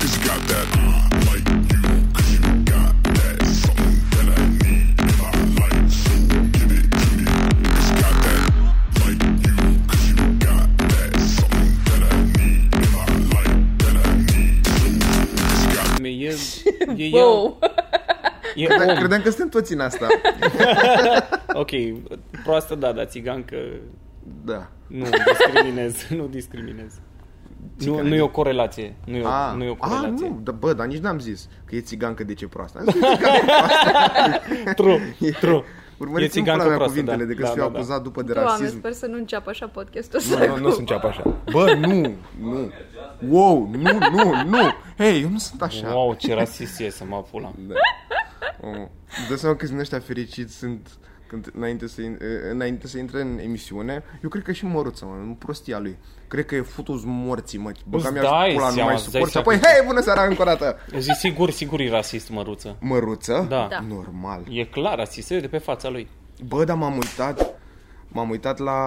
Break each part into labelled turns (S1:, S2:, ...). S1: cause you got that. I like you cause you got that. Something that I need and I like, so give it to me. Cause you got that. Like you cause you got that. Something that I need and I like, that I need. So cause you got that.
S2: E, e, e el.
S3: Wow!
S2: E om.
S4: Credeam că suntem toți în asta.
S2: Ok, proastă da, dar țigancă
S4: Da.
S2: nu discriminez, nu discriminez. Nu, nu e o corelație. Nu e o,
S4: A,
S2: nu e o
S4: a,
S2: corelație.
S4: Ah. nu, da, bă, dar nici n-am zis că e țigancă, de ce proastă.
S2: True, true.
S4: Urmăriți-mi pula mea cuvintele
S2: da.
S4: decât să fiu acuzat după de
S3: Doamne,
S4: rasism.
S3: sper să nu înceapă așa podcastul
S4: Nu,
S3: ăsta.
S4: nu, nu
S3: acum.
S4: se înceapă așa. Bă, nu, nu. Wow, nu, nu, nu. Hei, eu nu sunt așa.
S2: Wow, ce rasist e să mă pula.
S4: Da. Omul. Îți dai seama că sunt ăștia fericiți sunt când, înainte, să, in- înainte să intre în emisiune, eu cred că și măruță, mă, în prostia lui. Cred că e futus morții, mă. Bă,
S2: Îți
S4: că mi-aș
S2: dai
S4: pula, nu
S2: seama,
S4: mai
S2: îți dai
S4: suport. Și
S2: seama.
S4: apoi, hei, bună seara încă o dată.
S2: Zi, sigur, sigur e rasist, măruță.
S4: Măruță?
S2: Da. Da.
S4: Normal.
S2: E clar rasist, se vede pe fața lui.
S4: Bă, dar m-am uitat M-am uitat la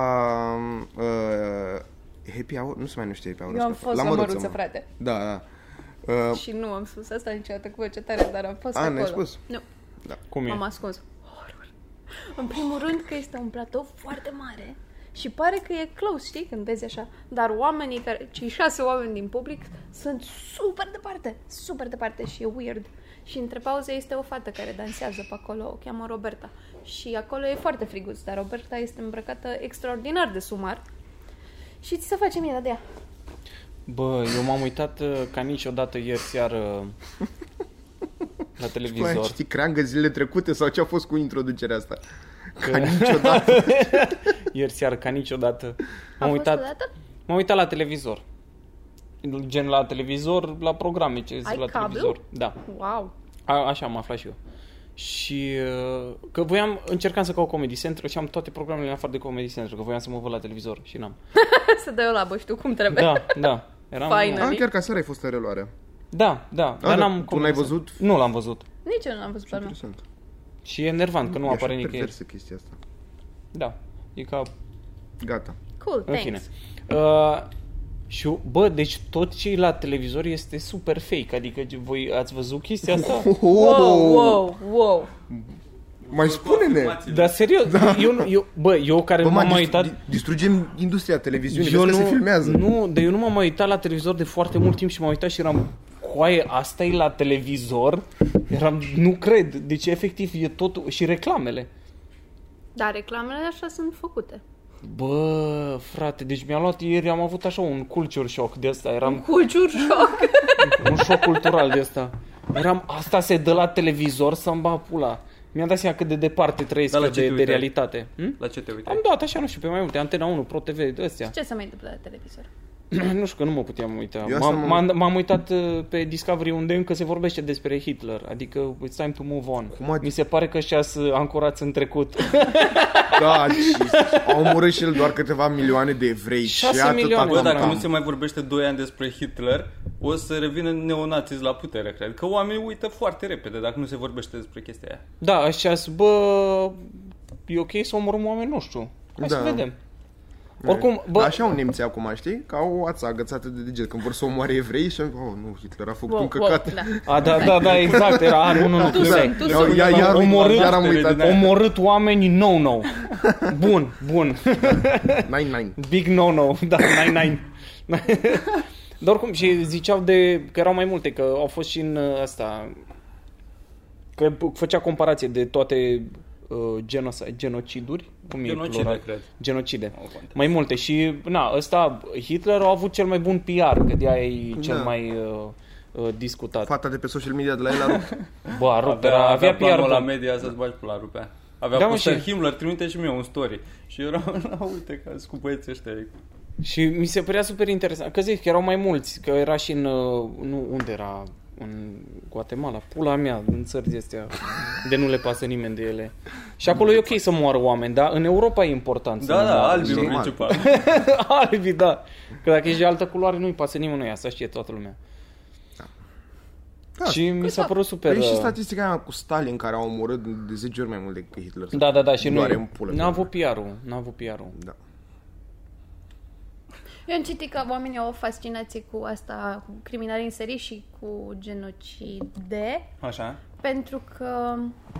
S4: uh, Happy Hour? Nu se mai numește Happy Hour
S3: Eu am
S4: ăsta.
S3: fost la măruță,
S4: mă.
S3: frate.
S4: Da, da uh,
S3: Și nu am spus asta niciodată cu voce tare, dar am fost
S4: A,
S3: acolo.
S4: n-ai spus?
S3: Nu,
S2: Cum e?
S3: m-am ascuns. Horror. În primul rând că este un platou foarte mare și pare că e close, știi, când vezi așa. Dar oamenii care, cei șase oameni din public, sunt super departe, super departe și e weird. Și între pauze este o fată care dansează pe acolo, o cheamă Roberta. Și acolo e foarte friguț, dar Roberta este îmbrăcată extraordinar de sumar. Și ți se face mie de ea.
S2: Bă, eu m-am uitat uh, ca niciodată ieri seară la
S4: Bă,
S2: televizor.
S4: știi, creangă zilele trecute sau ce a fost cu introducerea asta? Ca niciodată
S2: Ieri seară ca niciodată.
S3: A
S2: M-am
S3: fost
S2: uitat,
S3: odată?
S2: m-am uitat la televizor. Gen la televizor, la programe ce zic
S3: Ai
S2: la
S3: cablu?
S2: televizor. Da.
S3: Wow!
S2: A, așa am aflat și eu. Și uh, că voiam, încercam să caut Comedy Central și am toate programele în afară de Comedy Central, că voiam să mă văd la televizor și n-am.
S3: Să dai o labă, știu cum trebuie.
S2: Da, da. Eram,
S3: Faină.
S4: A, Ah, chiar ca seara ai fost în reluare
S2: Da, da.
S4: da,
S2: Dar n-am
S4: tu
S2: Comedy Central.
S4: n-ai văzut?
S2: Nu l-am văzut.
S3: Nici eu nu am văzut pe urmă.
S4: Interesant
S2: Și e enervant că nu
S4: E
S2: apare
S4: așa
S2: nicăieri.
S4: perversă chestia asta
S2: Da. E ca
S4: Gata
S3: Cool,
S2: În
S3: thanks.
S2: fine. Uh, și, bă, deci tot ce e la televizor este super fake. Adică ce- voi ați văzut chestia asta?
S3: Wow, wow, wow.
S4: Mai spune-ne
S2: Dar serios, da. eu, nu- eu, bă, eu care
S4: Bă,
S2: nu
S4: mă,
S2: m-am mai
S4: distru-
S2: uitat...
S4: di- distrugem industria televiziunii
S2: Eu
S4: Vezi că se filmează
S2: nu, dar eu nu m-am mai uitat la televizor de foarte mult timp și m-am uitat și eram coaie, asta e la televizor? Eram, nu cred, deci efectiv e tot și reclamele.
S3: Dar Da, reclamele așa sunt făcute.
S2: Bă, frate, deci mi-a luat ieri, am avut așa un culture shock de asta, eram
S3: Culture shock.
S2: un șoc cultural de asta. Eram, asta se dă la televizor să-mi ba pula. Mi-am dat seama cât de departe trăiesc
S5: Dar Da, la
S2: eu de,
S5: ce te
S2: de
S5: uitai?
S2: realitate. Hm?
S5: La ce te
S2: Am
S5: uitai?
S2: dat așa, nu știu, pe mai multe, Antena 1, Pro TV, de astea.
S3: Ce se mai întâmplă la televizor?
S2: nu știu că nu mă puteam uita.
S4: Eu asta
S2: M-am,
S4: m-am-
S2: m-am- m-am uitat uh, pe Discovery unde încă se vorbește despre Hitler, adică it's time to move on.
S4: Cum adică?
S2: Mi se pare că și-ați uh, ancorați în trecut.
S4: Da, Jesus. A omorât și el doar câteva milioane de evrei și
S2: Șase
S4: atâta
S2: milioane.
S4: tam-tam.
S5: Bă, dacă nu se mai vorbește 2 ani despre Hitler, o să revină neonații la putere, cred. Că oamenii uită foarte repede dacă nu se vorbește despre chestia aia.
S2: da, și-ați, bă, e ok să omorâm oameni, nu știu. Hai să
S4: Da.
S2: vedem. Oricum, bă,
S4: Păi, Așa au nemții acum, știi? Ca o ață agățată de deget când vor să omoare evrei și oh, nu, Hitler a făcut un căcat.
S3: da.
S2: A, da, da, da, exact, era, a, nu, nu, nu, tu
S4: Da,
S2: sec,
S3: tu
S2: tu
S3: sec.
S2: sec.
S4: ia- iar-
S2: omorât, Păi,
S4: iar am uitat.
S2: omorât oameni, no, no. Bun, bun.
S4: Nine, nine.
S2: Big no, no, da, nine, nine. Dar oricum, și ziceau de, că erau mai multe, că au fost și în uh, asta, că p- făcea comparație de toate uh, genoci- genociduri, cum e
S5: Genocide,
S2: plural?
S5: cred.
S2: Genocide.
S5: Au context.
S2: Mai multe și, na, ăsta, Hitler a avut cel mai bun PR, că de-aia e cel
S4: Da.
S2: mai uh, uh, discutat.
S4: Fata de pe social media de la el a rupt.
S2: Bă, a rupt, era, Da, avea,
S5: avea
S2: PR
S5: planul la
S2: bun.
S5: media să-ți bagi pula rupea. Avea
S2: Da,
S5: da,
S2: mă,
S5: postări
S2: și-
S5: Himmler, trimite și mie un story. Și eu eram, "Na, uite că sunt cu băieții ăștia.
S2: Și mi se părea super interesant. Că zic că erau mai mulți, că era și în... uh, Nu, unde era? În Guatemala, pula mea, în țări de astea, de nu le pasă nimeni de ele. Și acolo e ok să moară oameni, dar în Europa e important să nu
S5: Da,
S2: moară.
S5: da, albi
S2: știi?
S5: în
S4: normal.
S5: principal.
S2: Albi, da. Că dacă ești de altă culoare, nu-i pasă nimănui, asta știe toată lumea.
S4: Da.
S2: Și mi s-a părut super...
S4: Păi și
S2: uh,
S4: statistica aia cu Stalin care a omorât de 10 ori mai mult decât Hitler.
S2: Da, da, da, și nu...
S4: Doare în pulă.
S2: N-a avut PR-ul, n-a avut PR-ul.
S4: Da.
S3: Eu am citit că oamenii au o fascinație cu asta, cu criminali în serie și cu genocide,
S5: Așa.
S3: pentru că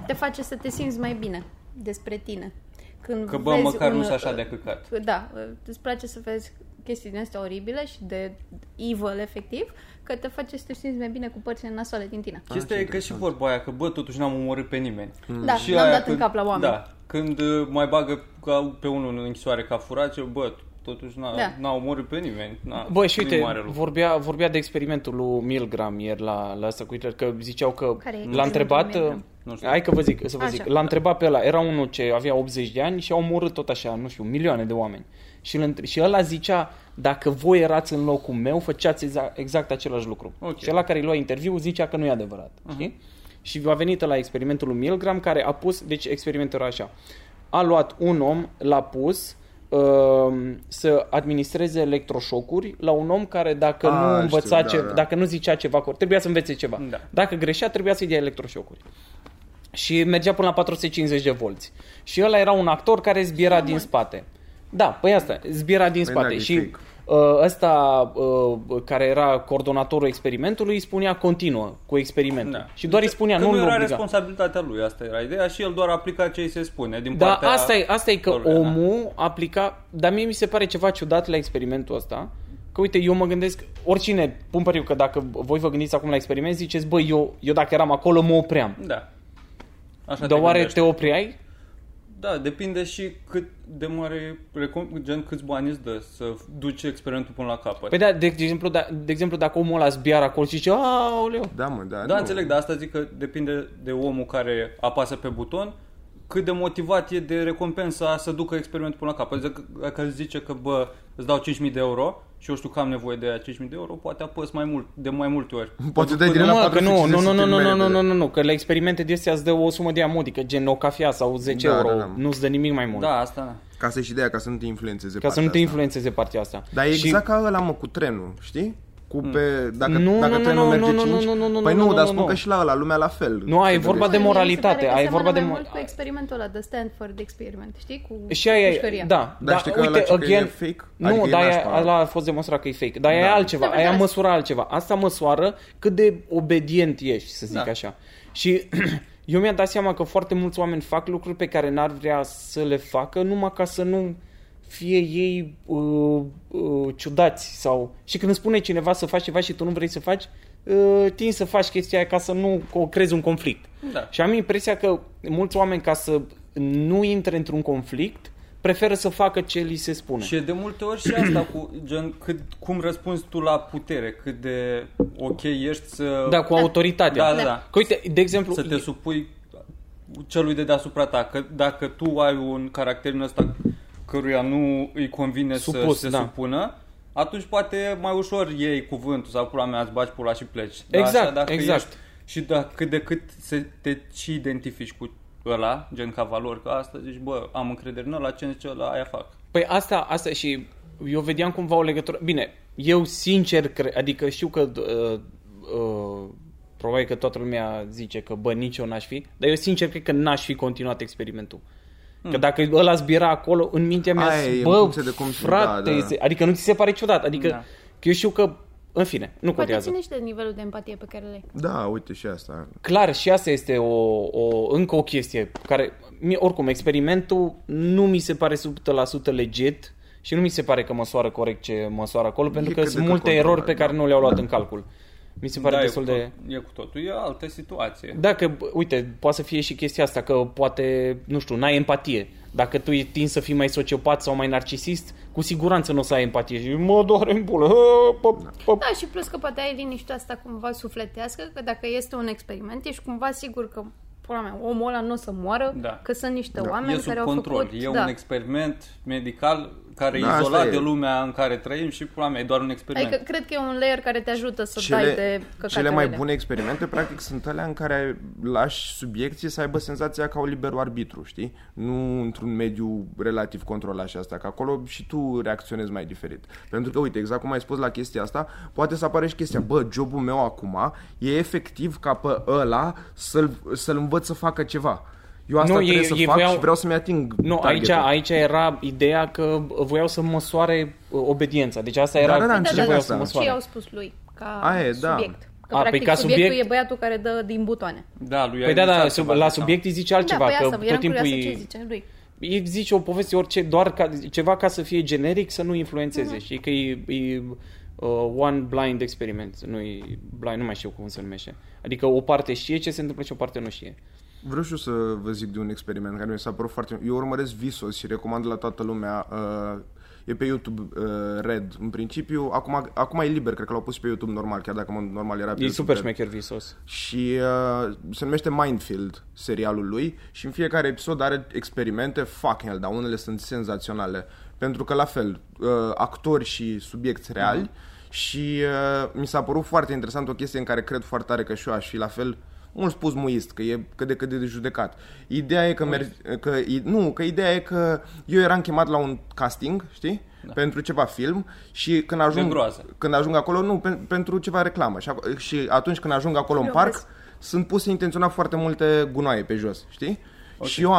S3: te face să te simți mai bine despre tine. Când
S5: Că bă,
S3: vezi
S5: măcar
S3: un,
S5: nu s așa de căcat.
S3: Da, îți place să vezi chestii din astea oribile și de evil, efectiv, că te face să te simți mai bine cu părțile nasoale din
S2: Da.
S3: tine.
S5: Chestia e că și vorba aia, că bă, totuși n-am omorât pe nimeni.
S3: Da,
S5: și
S3: n-am
S5: aia
S3: dat în cap la oameni.
S5: Da, când uh, mai bagă ca pe unul în închisoare ca furat, eu, bă, totuși n-a,
S3: Da.
S5: n-a omorât pe nimeni. N-a,
S2: Bă, și
S5: nu-i
S2: uite,
S5: mare lucru.
S2: vorbea, vorbea de experimentul lui Milgram ieri la, la asta cu Hitler, că ziceau că
S3: Care e
S2: l-a
S3: experimentul
S2: întrebat...
S3: lui Milgram?
S5: Nu știu.
S2: Hai că vă zic, să vă
S3: Așa.
S2: zic. L-a întrebat pe ăla, era unul ce avea 80 de ani și a omorât tot așa, nu știu, milioane de oameni. Și, îl între- și ăla zicea, dacă voi erați în locul meu, făceați exact, exact același lucru.
S5: Ok.
S2: Și ăla care îi lua interviu zicea că nu e adevărat. Uh-huh. Știi? Și a venit la experimentul lui Milgram care a pus, deci experimentul era așa. A luat un om, l-a pus um, să administreze electroșocuri la un om care dacă
S4: Ah,
S2: nu
S4: știu,
S2: învăța
S4: da,
S2: ce,
S4: da.
S2: dacă nu zicea ceva corect, trebuia să învețe ceva.
S5: Da.
S2: Dacă greșea, trebuia să-i dea electroșocuri. Și mergea până la 450 de volți. Și ăla era un actor care zbiera din spate. Da, păi asta, zbiera din
S4: Păi
S2: spate.
S4: da, e
S2: Și
S4: fake.
S2: ă, ăsta ă, care era coordonatorul experimentului îi spunea continuă cu experimentul.
S5: Da.
S2: Și doar îi spunea,
S5: că
S2: nu,
S5: nu
S2: nu
S5: era
S2: obliga.
S5: responsabilitatea lui, asta era ideea și el doar aplica ce îi se spune din
S2: Dar
S5: partea
S2: Da, asta e, asta e că
S5: organă.
S2: omul aplica... Dar mie mi se pare ceva ciudat la experimentul ăsta. Că uite, eu mă gândesc, oricine, pumpăriu, că dacă voi vă gândiți acum la experiment, ziceți, bă, eu, eu dacă eram acolo, mă opream.
S5: Da. Așa
S2: Dar
S5: te
S2: oare
S5: gândești.
S2: te opreai?
S5: Da, depinde și cât de mare, recom- gen câți bani îți dă să duci experimentul până la capăt.
S2: Păi da, de exemplu, da, de exemplu dacă omul ăla zbiar acolo și zice, aoleu,
S4: Da, mă, da.
S5: Da,
S4: nu.
S5: înțeleg, dar asta zic că depinde de omul care apasă pe buton, cât de motivat e de recompensa să ducă experimentul până la capăt. Zic- Dacă îți zice că, bă, îți dau 5.000 de euro și eu știu că am nevoie de aia 5.000 de euro, poate apăs mai mult, de mai multe ori.
S4: Poate dai din
S2: nu,
S4: la
S2: mă, că nu, nu,
S4: 450
S2: nu, nu, nu,
S4: mai
S2: nu, nu,
S4: repede.
S2: nu, nu, nu, că la experimente de astea îți dă o sumă de amodică, gen o cafea sau 10
S4: Da,
S2: euro,
S4: da, da.
S2: nu-ți dă nimic mai mult,
S5: Da, asta.
S4: Ca să și de aia, ca să nu te influențeze
S2: ca să
S4: partea
S2: nu te
S4: asta.
S2: influențeze partea asta.
S4: Dar e
S2: Și- Mm.
S4: exact ca ăla, mă, cu trenul, știi? Cu pe, dacă,
S2: Nu,
S4: dacă
S2: nu,
S4: trenul
S2: nu,
S4: merge
S2: nu, nu,
S4: 5
S2: nu, nu, nu,
S4: Păi
S2: nu,
S4: nu,
S2: nu,
S4: dar
S2: nu,
S4: spun
S2: nu.
S4: că și la ăla, lumea la fel
S2: Nu, ai
S4: Se
S2: vorba
S4: gândește.
S2: de moralitate, ai vorba de
S3: mai
S2: mo-
S3: mult cu experimentul ăla de Stanford experiment, știi? Cu
S2: și aia e,
S3: pușcăria.
S2: da,
S4: Dar
S2: da,
S4: știi că ăla
S2: uite,
S4: ce că e
S2: again,
S4: fake?
S2: nu,
S4: Adică e
S2: dar aia-
S4: nașpa.
S2: ăla a fost demonstrat că e fake, dar aia e altceva,
S3: Da,
S2: aia
S3: da.
S2: măsură altceva, asta măsoară cât de obedient ești, să zic
S5: Da.
S2: așa. Și eu mi-am dat seama că foarte mulți oameni fac lucruri pe care n-ar vrea să le facă numai ca să nu fie ei uh, uh, ciudați sau... Și când îți spune cineva să faci ceva și tu nu vrei să faci, uh, tin să faci chestia aia ca să nu co- creezi un conflict.
S5: Da.
S2: Și am impresia că mulți oameni, ca să nu intre într-un conflict, preferă să facă ce li se spune.
S5: Și e de multe ori și asta cu, gen, cât, cum răspunzi tu la putere, cât de ok ești să...
S2: Da, cu autoritatea.
S5: Da, da, da.
S2: Că uite, de exemplu,
S5: să te supui celui de deasupra ta. Că dacă tu ai un caracter în ăsta căruia nu îi convine
S2: Supus,
S5: să se
S2: da.
S5: supună, atunci poate mai ușor iei cuvântul sau pula mea, îți bagi pula și pleci.
S2: Exact,
S5: dacă
S2: exact.
S5: Ești, și dacă cât de cât să te și identifici cu ăla, gen ca valori, că asta zici, bă, am încredere în ăla, ce îmi zice ăla, aia fac.
S2: Păi asta, asta și eu vedeam cumva o legătură. Bine, eu sincer cred, adică știu că uh, uh, probabil că toată lumea zice că bă, nici eu n-aș fi, dar eu sincer cred că n-aș fi continuat experimentul. Că dacă ăla zbira acolo, în mintea mea,
S4: Hmm. Aia e,
S2: bă,
S4: în funcție de cum-
S2: frate,
S4: da, da.
S2: se- adică nu ți se pare ciudat, adică
S5: Da.
S2: că eu știu că, în fine, nu
S3: Poate
S2: contează.
S3: ține și de nivelul de empatie pe care le ai.
S4: Da, uite și asta.
S2: Clar, și asta este o, o, încă o chestie care, mie, oricum, experimentul nu mi se pare 100% legit și nu mi se pare că măsoară corect ce măsoară acolo, pentru că
S4: cât de
S2: sunt
S4: cât
S2: multe
S4: controlat,
S2: erori pe
S4: da.
S2: care nu le-au luat în calcul. Mi se pare
S5: da,
S2: destul
S5: e cu
S2: de...
S5: Tot, e cu totul, e altă situație.
S2: Da, că, b- uite, poate să fie și chestia asta, că poate, nu știu, n-ai empatie. Dacă tu e- tin să fii mai sociopat sau mai narcisist, cu siguranță nu o să ai empatie. Și mă doare în pulă. hă, pă, pă.
S3: Da, și plus că poate ai liniștea asta cumva sufletească, că dacă este un experiment, ești cumva sigur că pula mea, omul ăla nu o să moară,
S5: Da.
S3: că sunt niște
S5: E
S3: oameni
S5: sub
S3: care au
S5: control,
S3: făcut...
S5: e
S3: da.
S5: un experiment medical care
S4: Da,
S5: e
S4: asta
S5: izolat
S4: e.
S5: de lumea în care trăim și pula mea, e doar un experiment.
S3: Adică cred că e un layer care te ajută să dai de
S4: Cele,
S3: căcatele
S4: cele mai
S3: alea.
S4: bune experimente, practic, sunt alea în care lași subiecții să aibă senzația că au liberul arbitru, știi? Nu într-un mediu relativ controlat și asta, că acolo și tu reacționezi mai diferit. Pentru că, uite, exact cum ai spus la chestia asta, poate să apare și chestia, bă, jobul meu acum e efectiv ca pe ăla să-l, să-l învăț să facă ceva. eu asta
S2: Nu,
S4: nu, trebuie
S2: ei-
S4: să
S2: ei
S4: fac
S2: voiau-
S4: și vreau să-mi ating
S2: Nu, aici,
S4: targetul.
S2: aici era ideea că voiau să măsoare uh, obediența. Deci asta era
S4: da, da,
S2: ce
S4: înțeleg
S2: voiau
S4: asta.
S2: să
S3: Ce
S2: măsoare.
S3: i-au spus lui ca
S4: Aia e, da.
S3: subiect? Că,
S2: A,
S3: practic,
S2: păi, ca
S3: subiectul
S2: subiect-
S3: e băiatul care dă din butoane.
S5: Da, lui
S2: Păi
S5: ai
S2: da, da,
S5: lăsat
S2: sub,
S5: ceva
S2: la
S5: de
S2: subiect îi zice altceva,
S3: da, păi
S2: că
S3: asta,
S2: tot
S3: eram
S2: timpul
S3: curioasă ce
S2: îi,
S3: zice lui.
S2: îi zice o poveste orice, doar ca, ceva ca să fie generic, să nu influențeze.
S3: Mhm.
S2: Știi că e, e uh, one blind experiment, nu blind, nu mai știu cum se numește. Adică o parte știe ce se întâmplă și o parte nu știe.
S4: Vreau și eu să vă zic de un experiment care mi s-a părut foarte... Eu urmăresc Visos și recomand la toată lumea... Uh, e pe YouTube uh, Red, în principiu. Acum, acum e liber, cred că l-au pus pe YouTube normal, chiar dacă mă, normal era pe
S2: E
S4: YouTube
S2: super
S4: Red.
S2: șmecher visos.
S4: Și uh, se numește Mindfield serialul lui și în fiecare episod are experimente fucking hell, dar unele sunt senzaționale. Pentru că la fel, uh, actori și subiecti reali și uh, mi s-a părut foarte interesant o chestie în care cred foarte tare că și eu aș fi la fel mult spus muist, că e cât de cât de judecat. Ideea e că, mer- că i- nu, că ideea e că eu eram chemat la un casting, știi? Da. pentru ceva film și când ajung,
S5: groază.
S4: când ajung acolo, nu, pen, pentru ceva reclamă. Și, ac- și atunci când ajung acolo în
S3: Eu
S4: parc,
S3: vezi.
S4: sunt puse intenționat foarte multe gunoaie pe jos, știi? Okay. Și eu,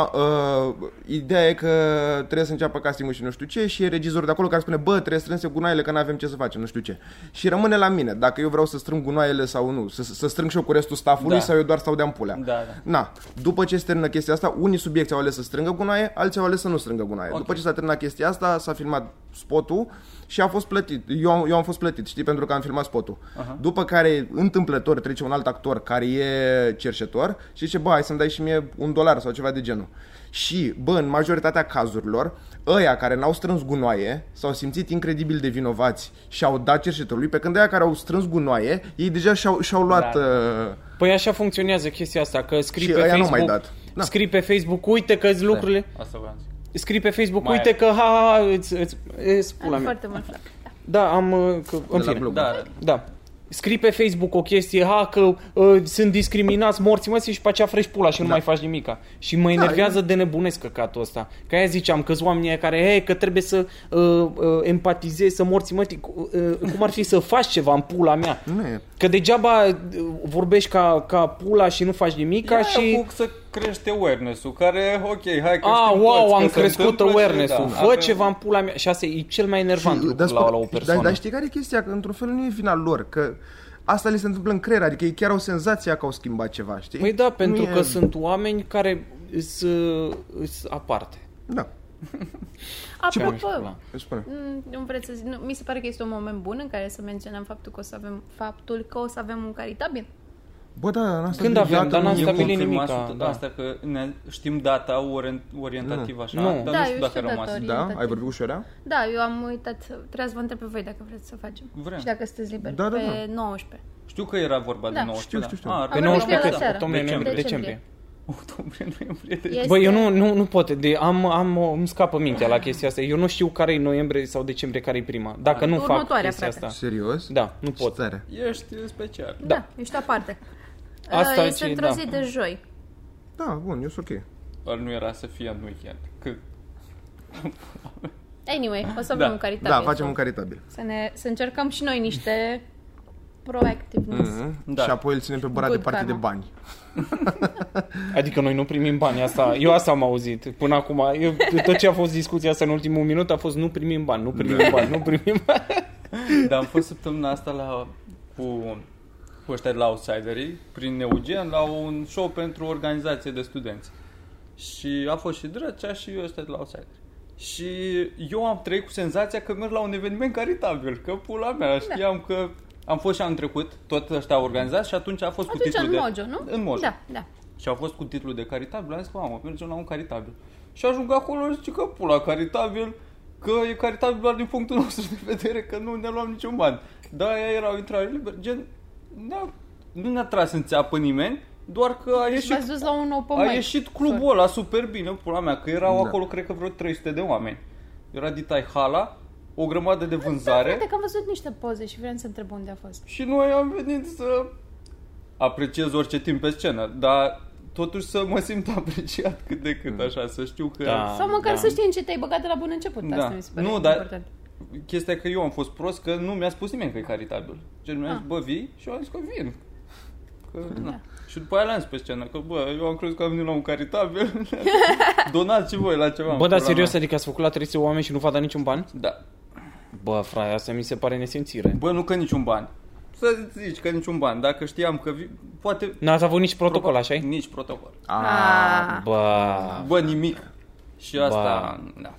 S4: uh, ideea e că trebuie să înceapă castingul și nu știu ce și e regizorul de acolo care spune, bă, trebuie strânse gunoaiele că nu avem ce să facem, nu știu ce. Și rămâne la mine, dacă eu vreau să strâng gunoaiele sau nu, să, să strâng și eu cu restul staffului
S5: Da.
S4: sau eu doar stau de ampulea.
S5: Da, da.
S4: Na, după ce se termină chestia asta, unii subiecti au ales să strângă gunoaie, alții au ales să nu strângă gunoaie.
S5: Ok.
S4: Okay. După ce s-a terminat chestia asta, s-a filmat spotul și a fost plătit. Eu, am- eu am fost plătit, știi, pentru că am filmat spotul. Uh-huh. După care, întâmplător, trece un alt actor care e cerșetor și zice, bă, hai să-mi dai și mie un dolar sau ceva de genul. Și, bă, în majoritatea cazurilor, ăia care n-au strâns gunoaie s-au simțit incredibil de vinovați și au dat cerșetorului, pe când ăia care au strâns gunoaie, ei deja și-au, și-au luat...
S5: Da.
S4: Da. Uh,
S2: Păi așa funcționează chestia asta, că scrii
S4: Și
S2: pe
S4: ăia nu
S2: Facebook,
S4: mai dat. Da.
S2: scrii pe Facebook, uite că lucrurile,
S5: Asta vreau să zic.
S2: scrii pe Facebook,
S5: Mai
S2: uite
S5: ai.
S2: că ha, ha, ha îți, îți, îți pula
S3: Am
S2: mea.
S3: foarte mult la.
S2: Da, am, uh, că, în
S4: de la
S2: fine.
S4: blog.
S5: Da, da.
S2: Da. Scrii pe Facebook o chestie, ha, că uh, sunt discriminați morții măsii și pe aceea frești pula și nu mai faci nimica. Și mă enervează de nebunesc căcatul ăsta. Că aia ziceam, că oamenii aia care, hei, că trebuie să uh, uh, empatizezi, să morții mătii, cu- uh, cum ar fi să faci ceva în pula mea.
S4: Nu e.
S2: Că degeaba uh, vorbești ca, ca pula și nu faci nimica
S5: Ia
S2: și...
S5: Cu să crește awareness-ul, care, ok, hai că
S2: A,
S5: știm
S2: Ah, wow,
S5: toți că
S2: am
S5: se
S2: crescut
S5: întâmplă și,
S2: awareness-ul.
S5: da,
S2: Fă
S5: avem-
S2: ceva în pula mea. Și asta e cel mai enervant
S4: Și,
S2: lucru la, la o persoană.
S4: Dar, dar știi care e chestia? Că într-un fel nu e vina lor, că asta li se întâmplă în creier, adică ei chiar au senzația că au schimbat ceva, știi?
S2: Păi da, pentru
S4: Nu e-
S2: că sunt oameni care sunt aparte.
S4: Da,
S3: Apropo,
S4: îmi spune.
S3: Mm, Nu vreți să zic, nu, mi se pare că este un moment bun în care să menționăm faptul că o să avem faptul că o să avem un caritabil.
S4: Bă, da, da, n-am
S2: Când avem, dar n-am
S5: E
S2: stabilit
S5: confirmat
S2: nimica,
S5: asta,
S2: da.
S5: Asta că ne știm data orient- orientativă așa,
S2: Nu.
S5: dar
S3: Da,
S5: nu
S3: eu
S5: știu dacă a
S3: știu
S5: rămas.
S3: datorii.
S4: Da, ai vorbit cu șoarea?
S3: Da, eu am uitat, să- trebuie să vă întreb pe voi dacă vreți să facem.
S5: Vrem.
S3: Și dacă sunteți liberi.
S4: Da, da,
S3: pe
S4: da.
S3: 19.
S5: Știu că era vorba de
S3: Da. Păi
S5: 19.
S4: Știu,
S5: da.
S4: știu, știu.
S5: Ah,
S2: Pe
S3: Avem
S5: rămas
S2: 19
S3: la
S5: la
S2: Păi că-
S3: seară.
S2: octombrie, noiembrie,
S3: Decembrie.
S2: decembrie.
S5: Octombrie, noiembrie, decembrie.
S3: Este...
S2: Băi, eu nu, nu, nu pot, de, am, am, o- îmi scapă mintea la chestia asta. Eu nu știu care e noiembrie sau decembrie, care e prima. Dacă nu fac
S3: Următoarea,
S2: chestia
S3: frate.
S2: asta.
S4: Serios?
S2: Da, nu pot.
S4: Ce tare.
S5: Ești special.
S2: Da.
S3: Da, ești aparte.
S2: Asta
S3: Uh,
S2: e
S3: este
S2: ce-
S3: într-o
S2: da.
S3: zi de joi.
S4: Da, bun, eu sunt ok.
S5: Dar nu era să fie în weekend. Că
S3: Anyway, o să avem
S5: Da.
S3: un caritabil.
S4: Da, facem un caritabil.
S3: Să, ne, să încercăm și noi niște proactiveness.
S5: Da.
S2: Mhm,
S4: Da. Și apoi îl ținem pe băra
S3: Good
S4: de parte de
S3: karma.
S4: bani.
S2: Adică noi nu primim bani, asta, eu asta am auzit până acum. Eu, tot ce a fost discuția asta în ultimul minut a fost nu primim bani, nu primim bani, nu primim bani.
S5: Dar am fost săptămâna asta la, cu, cu ăștia de la Outsiderii, prin Eugen, la un show pentru o organizație de studenți. Și a fost și Drăcea și eu ăștia de la Outsider. Și eu am trăit cu senzația că merg la un eveniment caritabil, că pula
S3: Da.
S5: mea, știam că am fost și anul trecut, tot ăștia organizați și atunci a fost cu
S3: Atunci
S5: titlul
S3: în
S5: de...
S3: Mojo, nu?
S5: În Mojo.
S3: Da, da.
S5: Și au fost cu titlul de caritabil, am zis, mamă, mergem la un caritabil. Și ajung acolo și zice că pula caritabil, că e caritabil doar din punctul nostru de vedere, că nu ne luam niciun ban. Da, aia era o intrare liberă, gen, da, nu ne-a tras în țeapă nimeni, doar că a
S3: Și m-ați
S5: ieșit,
S3: dus la un open
S5: a
S3: mic.
S5: ieșit clubul ăla super bine, pula mea, că erau
S4: Da.
S5: acolo, cred că vreo 300 de oameni. Era Ditai Hala, o grămadă de
S3: Da,
S5: vânzare.
S3: frate, că am văzut niște poze și vreau să întreb unde a fost.
S5: Și noi am venit să apreciez orice timp pe scenă, dar totuși să mă simt apreciat cât de cât așa, să știu că...
S2: Mm. Da.
S3: Sau măcar
S2: da.
S3: să știi în ce te-ai băgat de la bun început.
S5: Ah, Da.
S3: Asta mi se pare
S5: Nu, dar-
S3: important.
S5: Chestia e că eu am fost prost, că nu mi-a spus nimeni că e caritabil. Gen, mi-a zis,
S3: Ah.
S5: bă, vii? Și eu am zis că vin. Că, na. Și după aia l-am pe scenă, că bă, eu am crezut că am venit la un caritabil, donați și voi la ceva.
S2: Bă,
S5: pula
S2: dar
S5: mea.
S2: serios, adică ați făcut la 300 oameni și nu v-a dat niciun ban?
S5: Da.
S2: Bă, frate, asta mi se pare nesimțire.
S5: Bă, nu că niciun ban. Să zici că niciun ban. Dacă știam că vi... poate...
S2: N-ați avut nici protocol, așa
S5: Nici protocol.
S3: Ah.
S2: Bă,
S5: Bă, nimic. Și asta, da.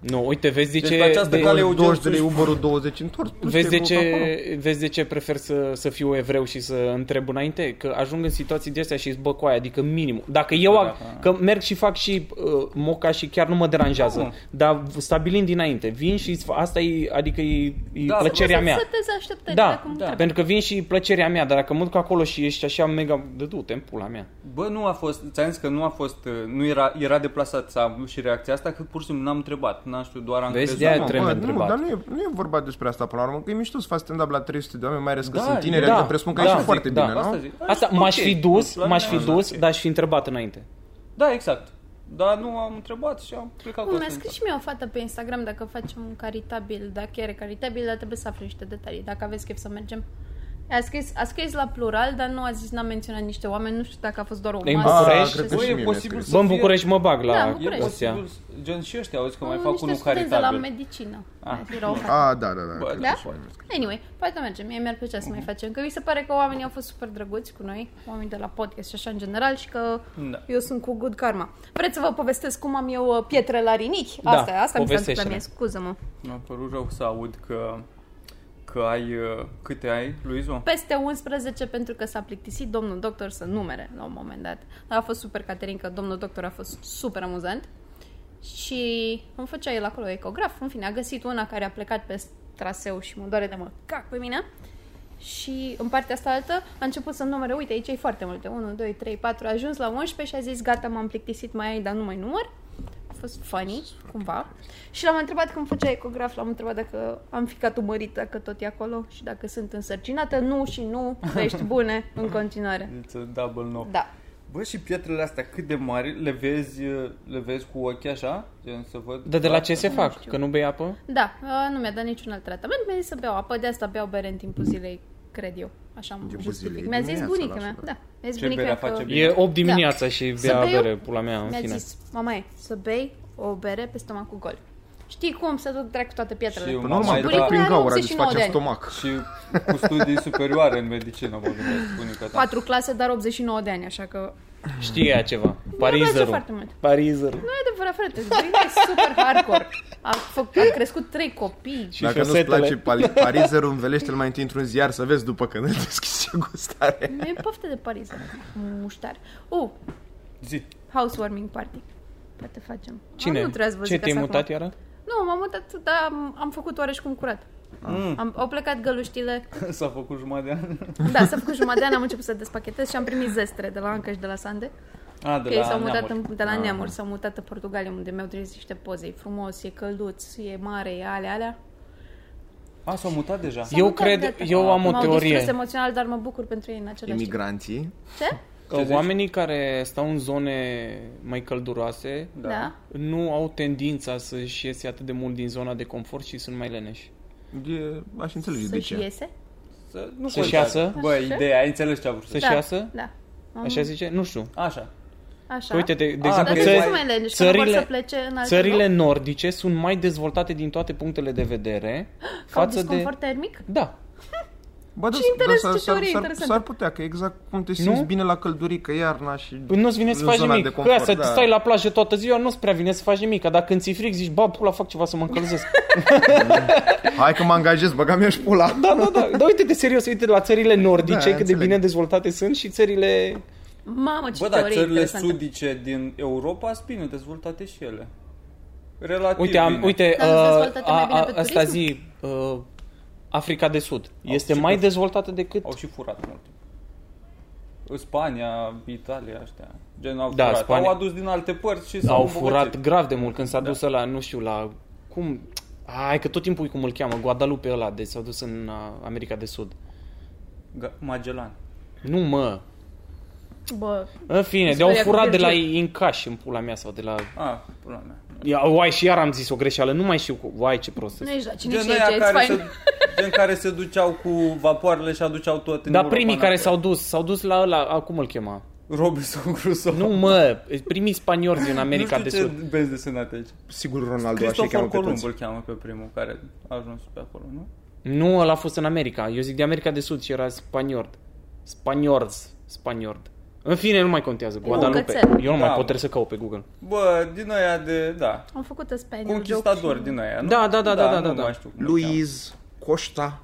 S2: nu, uite, vezi de
S5: Deci
S2: ce...
S5: pe această
S2: de-
S5: cale eu
S4: 20 de
S5: Eugențu
S4: lei,
S5: și-
S4: Uber-ul 20 întors. plus
S2: Vezi
S4: ce
S2: de,
S4: e vrut acolo.
S2: ce, vezi de ce prefer să, să fiu evreu și să întreb înainte? Că ajung în situații de astea și zic, bă, cu aia, adică minim. Dacă eu,
S5: Da,
S2: da,
S5: da.
S2: că merg și fac și uh, moca și chiar nu mă deranjează,
S5: Nu.
S2: dar stabilind dinainte, vin și îți fa- asta e, adică e, e
S5: Da,
S2: plăcerea
S3: Să-
S2: mea.
S3: Să te așteptări
S2: Da,
S3: cum
S2: da.
S3: trebuie.
S2: pentru că vin și plăcerea mea, dar dacă mă duc acolo și ești așa mega de du-te în pula mea.
S5: Bă, nu a fost, ți-am zis că nu a fost, uh, nu era, era deplasat să am și reacția asta, că pur și simplu n-am întrebat, n-am știut, doar am
S2: Vezi,
S5: crezut.
S2: de-aia
S5: Nu,
S2: trebuie
S4: Da, Bă, nu,
S2: întrebat.
S4: dar nu e, nu e vorba despre asta până la urmă, că e mișto să faci stand-up la 300 de oameni, mai ales că
S5: Da,
S4: sunt tineri,
S2: da,
S4: adică presupun că
S2: da,
S4: e și
S2: zic,
S4: foarte
S2: da.
S4: bine, nu?
S5: Asta zic.
S2: Asta
S5: Ok.
S2: m-aș fi dus,
S5: La
S2: m-aș fi
S5: mine a
S2: dus,
S5: fost ok.
S2: dar aș fi întrebat înainte.
S5: Da, exact. Dar nu am întrebat și am plecat
S3: Cum
S5: cu
S3: mi-a
S5: asta.
S3: scris și mie o fată pe Instagram dacă facem un caritabil, dacă e caritabil, dar trebuie să afli niște detalii, dacă aveți chef să mergem. A scris, a scris la plural, dar nu a zis, n-a menționat niște oameni, nu știu dacă a fost doar o
S2: În
S3: masă.
S2: București?
S3: și-
S4: Ah, Cred că
S5: Bă,
S4: și
S5: e
S4: mie mi-a
S5: posibil
S4: scris.
S5: să
S2: Bă, în
S5: fie-
S2: București mă bag
S3: Da, în
S2: la
S3: București.
S2: astea.
S5: posibil, gen și ăștia, auzi că mai
S3: Nu,
S5: fac
S3: "Ah, niște
S5: unul
S3: studenți de la
S5: caritabil.
S3: medicină.
S5: Ah.
S3: Erau
S4: A, da, da, da.
S5: Bă,
S4: cred că
S3: Da?
S4: și mie mi-a scris.
S3: Anyway, poate mergem. Mie mi-ar plăcea să
S2: Mhm.
S3: mai facem. Că mi se pare că oamenii au fost super drăguți cu noi, oamenii de la podcast și așa în general și că
S5: Da.
S3: eu sunt cu good karma. Vreți să vă povestesc cum am eu uh, pietre la rinichi?
S2: Da,
S3: asta, asta mi s-a întâmplat
S2: povestește-ne.
S3: mie, scuză-mă.
S5: Mi-a părut rău să aud că, că ai, uh, câte ai, Luizu?
S3: Peste 11 pentru că s-a plictisit domnul doctor să numere la un moment dat. Dar a fost super, Caterin, că domnul doctor a fost super amuzant. Și îmi făcea el acolo ecograf, în fine, a găsit una care a plecat pe traseu și mă doare de mă cac pe mine. Și în partea asta altă a început să numere, uite, aici e foarte multe, 1, 2, 3, 4, a ajuns la 11 și a zis, gata, m-am plictisit, mai ai, dar nu mai număr. A fost funny, cumva. Și l-am întrebat când făcea ecograf, l-am întrebat dacă am ficat umărită, dacă tot e acolo și dacă sunt însărcinată. Nu și nu, vești bune în continuare.
S5: It's a double no.
S3: Da.
S5: Bă, și pietrele astea cât de mari, le vezi, uh, le vezi cu ochii așa? Gen să văd...
S2: Dar de la ce se
S3: Da. Nu
S2: fac?
S3: știu.
S2: Că nu bei apă?
S3: Da, uh, nu mi-a dat niciun alt tratament, mi-a zis să beau apă, de asta beau bere în timpul zilei, cred eu. Așa am
S4: Timpul
S3: justific.
S4: zilei,
S3: Mi-a zis
S4: dimineața,
S3: bunica
S4: la
S3: mea,
S4: fel.
S3: da. Mi-a zis
S5: Ce
S3: bunica
S5: berea
S3: mea că
S5: face bine?
S2: E 8 dimineața și
S3: Da. Să
S2: bea
S3: bei o-
S2: bere, pula mea, în
S3: mi-a
S2: fine.
S3: zis, mamaie, să bei o bere pe stomacul gol. Știi cum să duc dracu toate pietrele?
S5: Și eu
S4: Păi
S5: m-am
S4: normal,
S5: mai
S4: trec
S5: dat
S4: prin
S3: Bunicul are
S4: gaură,
S3: 89
S4: deci facem
S3: de ani.
S4: stomac.
S5: și cu studii superioare în medicină, mă gândesc, bunica ta.
S3: Patru clase, dar 89 de ani, așa că...
S2: Știe ea ceva.
S3: place
S2: Parizerul.
S3: foarte mult.
S2: Parizerul.
S3: Nu e adevărat, frate, Green e super hardcore. A, făc, a crescut trei copii.
S2: Și
S4: Dacă nu-ți
S2: șosetele.
S4: place pali- parizerul, învelește-l mai întâi într-un ziar să vezi după când îl deschizi ce gustare.
S3: Mi-e poftă de Paris, muștar. U, uh,
S5: Zi.
S3: housewarming party. Poate facem.
S2: Cine?
S3: Am, nu trebuie să vă
S2: ce
S3: zic
S2: te-ai
S3: asta
S2: mutat
S3: acum.
S2: iară?
S3: Nu, m-am mutat, dar am, am făcut oră și cum curat.
S5: Mm.
S3: Am, au plecat găluștile.
S5: S-a făcut jumătate de an.
S3: Da, s-a făcut jumătate de an, am început să despachetez și am primit zestre de la Anca și de la Sande.
S5: A,
S2: Ah,
S5: de
S3: Că ei
S5: la
S3: s-au mutat
S5: neamuri.
S3: în, de la Neamuri, s-au mutat în Portugalia, unde mi-au trimis niște poze. E frumos, e călduț, e mare, e alea, alea.
S5: A, s-au mutat deja.
S3: S-au
S2: Eu
S3: mutat,
S2: cred-
S3: gata.
S2: eu am o
S3: M-au
S2: teorie.
S3: distrus emoțional, dar mă bucur pentru ei în același timp.
S4: Imigranții.
S3: Ce?
S5: Ce
S2: Că
S5: zici?
S2: oamenii care stau în zone mai călduroase
S3: Da.
S2: nu au tendința să-și iese atât de mult din zona de confort și sunt mai leneși.
S4: E, Eh, aș înțelege de
S3: Să-și
S4: ce.
S3: iese?
S5: Să, nu
S2: Să-și
S5: contează.
S2: iasă?
S5: Bă, ideea, ai înțeles ce a vrut să
S2: Să-și
S3: Da,
S2: iasă?
S3: Da.
S2: Așa zice? Nu știu.
S5: Așa.
S3: Așa. Da.
S2: Că uite, de, de
S5: Ah,
S2: exemplu,
S3: Dar de
S5: țări-
S3: ce
S2: țări-
S3: sunt mai leneși? Că nu vor
S2: țările,
S3: să plece în alte
S2: țările
S3: loc?
S2: nordice sunt mai dezvoltate din toate punctele de vedere
S3: Că au
S2: față de...
S3: disconfort termic?
S2: Da.
S4: Bă, dar-
S3: Ce interes-
S4: dar da, s-ar-
S3: ce
S4: s-ar-
S3: teorie
S4: s-ar-
S3: interesantă.
S4: S-ar putea, că exact cum te simți
S2: Nu?
S4: bine la căldurică iarna și...
S2: Păi Nu-ți vine să
S4: în
S2: faci
S4: zona
S2: nimic.
S4: de
S2: Că
S4: confort,
S2: să
S4: da.
S2: stai la plajă toată ziua, nu-ți prea vine să faci nimic. Că dacă îți fric, zici, ba, pula, fac ceva să mă încălzesc.
S4: Hai că mă angajez, băga mi și pula.
S2: da, da, da. Dar uite de serios, uite la țările nordice,
S4: Da,
S2: cât de
S4: înțeleg.
S2: bine dezvoltate sunt și țările...
S3: Mamă, ce
S5: Bă, dar
S3: teorie
S5: țările
S3: interesantă.
S5: sudice din Europa sunt bine dezvoltate și ele. Relativ
S2: Uite, am,
S5: bine.
S2: uite uh,
S3: Dar nu s-a dezvoltat mai
S2: a-
S3: bine
S2: a-
S3: pe
S2: asta
S3: turism?
S2: zi, uh, Africa de Sud. Este
S5: și
S2: mai
S5: pe-
S2: dezvoltată decât...
S5: Au și furat mult. Spania, Italia, ăștia. Gen, au
S2: Da,
S5: furat.
S2: Spania-
S5: Au adus din alte părți și s-au
S2: Au
S5: îmbogățit.
S2: furat grav de mult când
S5: Da.
S2: s-a dus ăla, nu știu, la... Cum... Hai că tot timpul e cum îl cheamă, Guadalupe ăla, de s-a dus în uh, America de Sud.
S5: Ga- Magellan.
S2: Nu, mă.
S3: Bă,
S2: În fine, de-au
S3: Speria cu
S2: furat de la
S3: Virgil.
S2: Incaș în pula mea sau de la...
S5: Ah, pula mea.
S2: Ia, uai, și iar am zis o greșeală, nu mai știu, cu- uai, ce prost
S3: nu
S2: sunt.
S3: ești la cine
S5: Gen
S3: știe
S5: ăia
S3: ce, it's
S5: care
S3: fine.
S5: se- în care se duceau cu vapoarele și aduceau tot în
S2: Dar
S5: Europa
S2: primii care
S5: înapoi.
S2: s-au dus, s-au dus la ăla, a, cum îl chema?
S5: Robinson Crusoe.
S2: Nu mă, primii spanioli din America
S5: nu
S2: de
S5: știu
S2: Sud.
S5: ce benzi desenate aici.
S4: Sigur Ronaldo așa
S5: Cristofor
S4: cheamă pe toți.
S5: Columb îl cheamă pe primul care a ajuns pe acolo, nu?
S2: Nu, ăla a fost în America. Eu zic de America de Sud și era spaniord. Spaniorz. Spaniord. În fine, nu mai contează. Guadalupe.
S3: cățel.
S2: Eu nu mai
S5: Da.
S2: pot, trebuie să caut pe Google.
S5: Bă, din aia de, da,
S3: Am făcut a spaniel joke
S5: conquistador
S3: și-
S5: din aia, nu?
S2: Da, da, da, da, da,
S5: nu
S2: da.
S5: mai știu cum îl cheamă.
S4: Luis, Costa.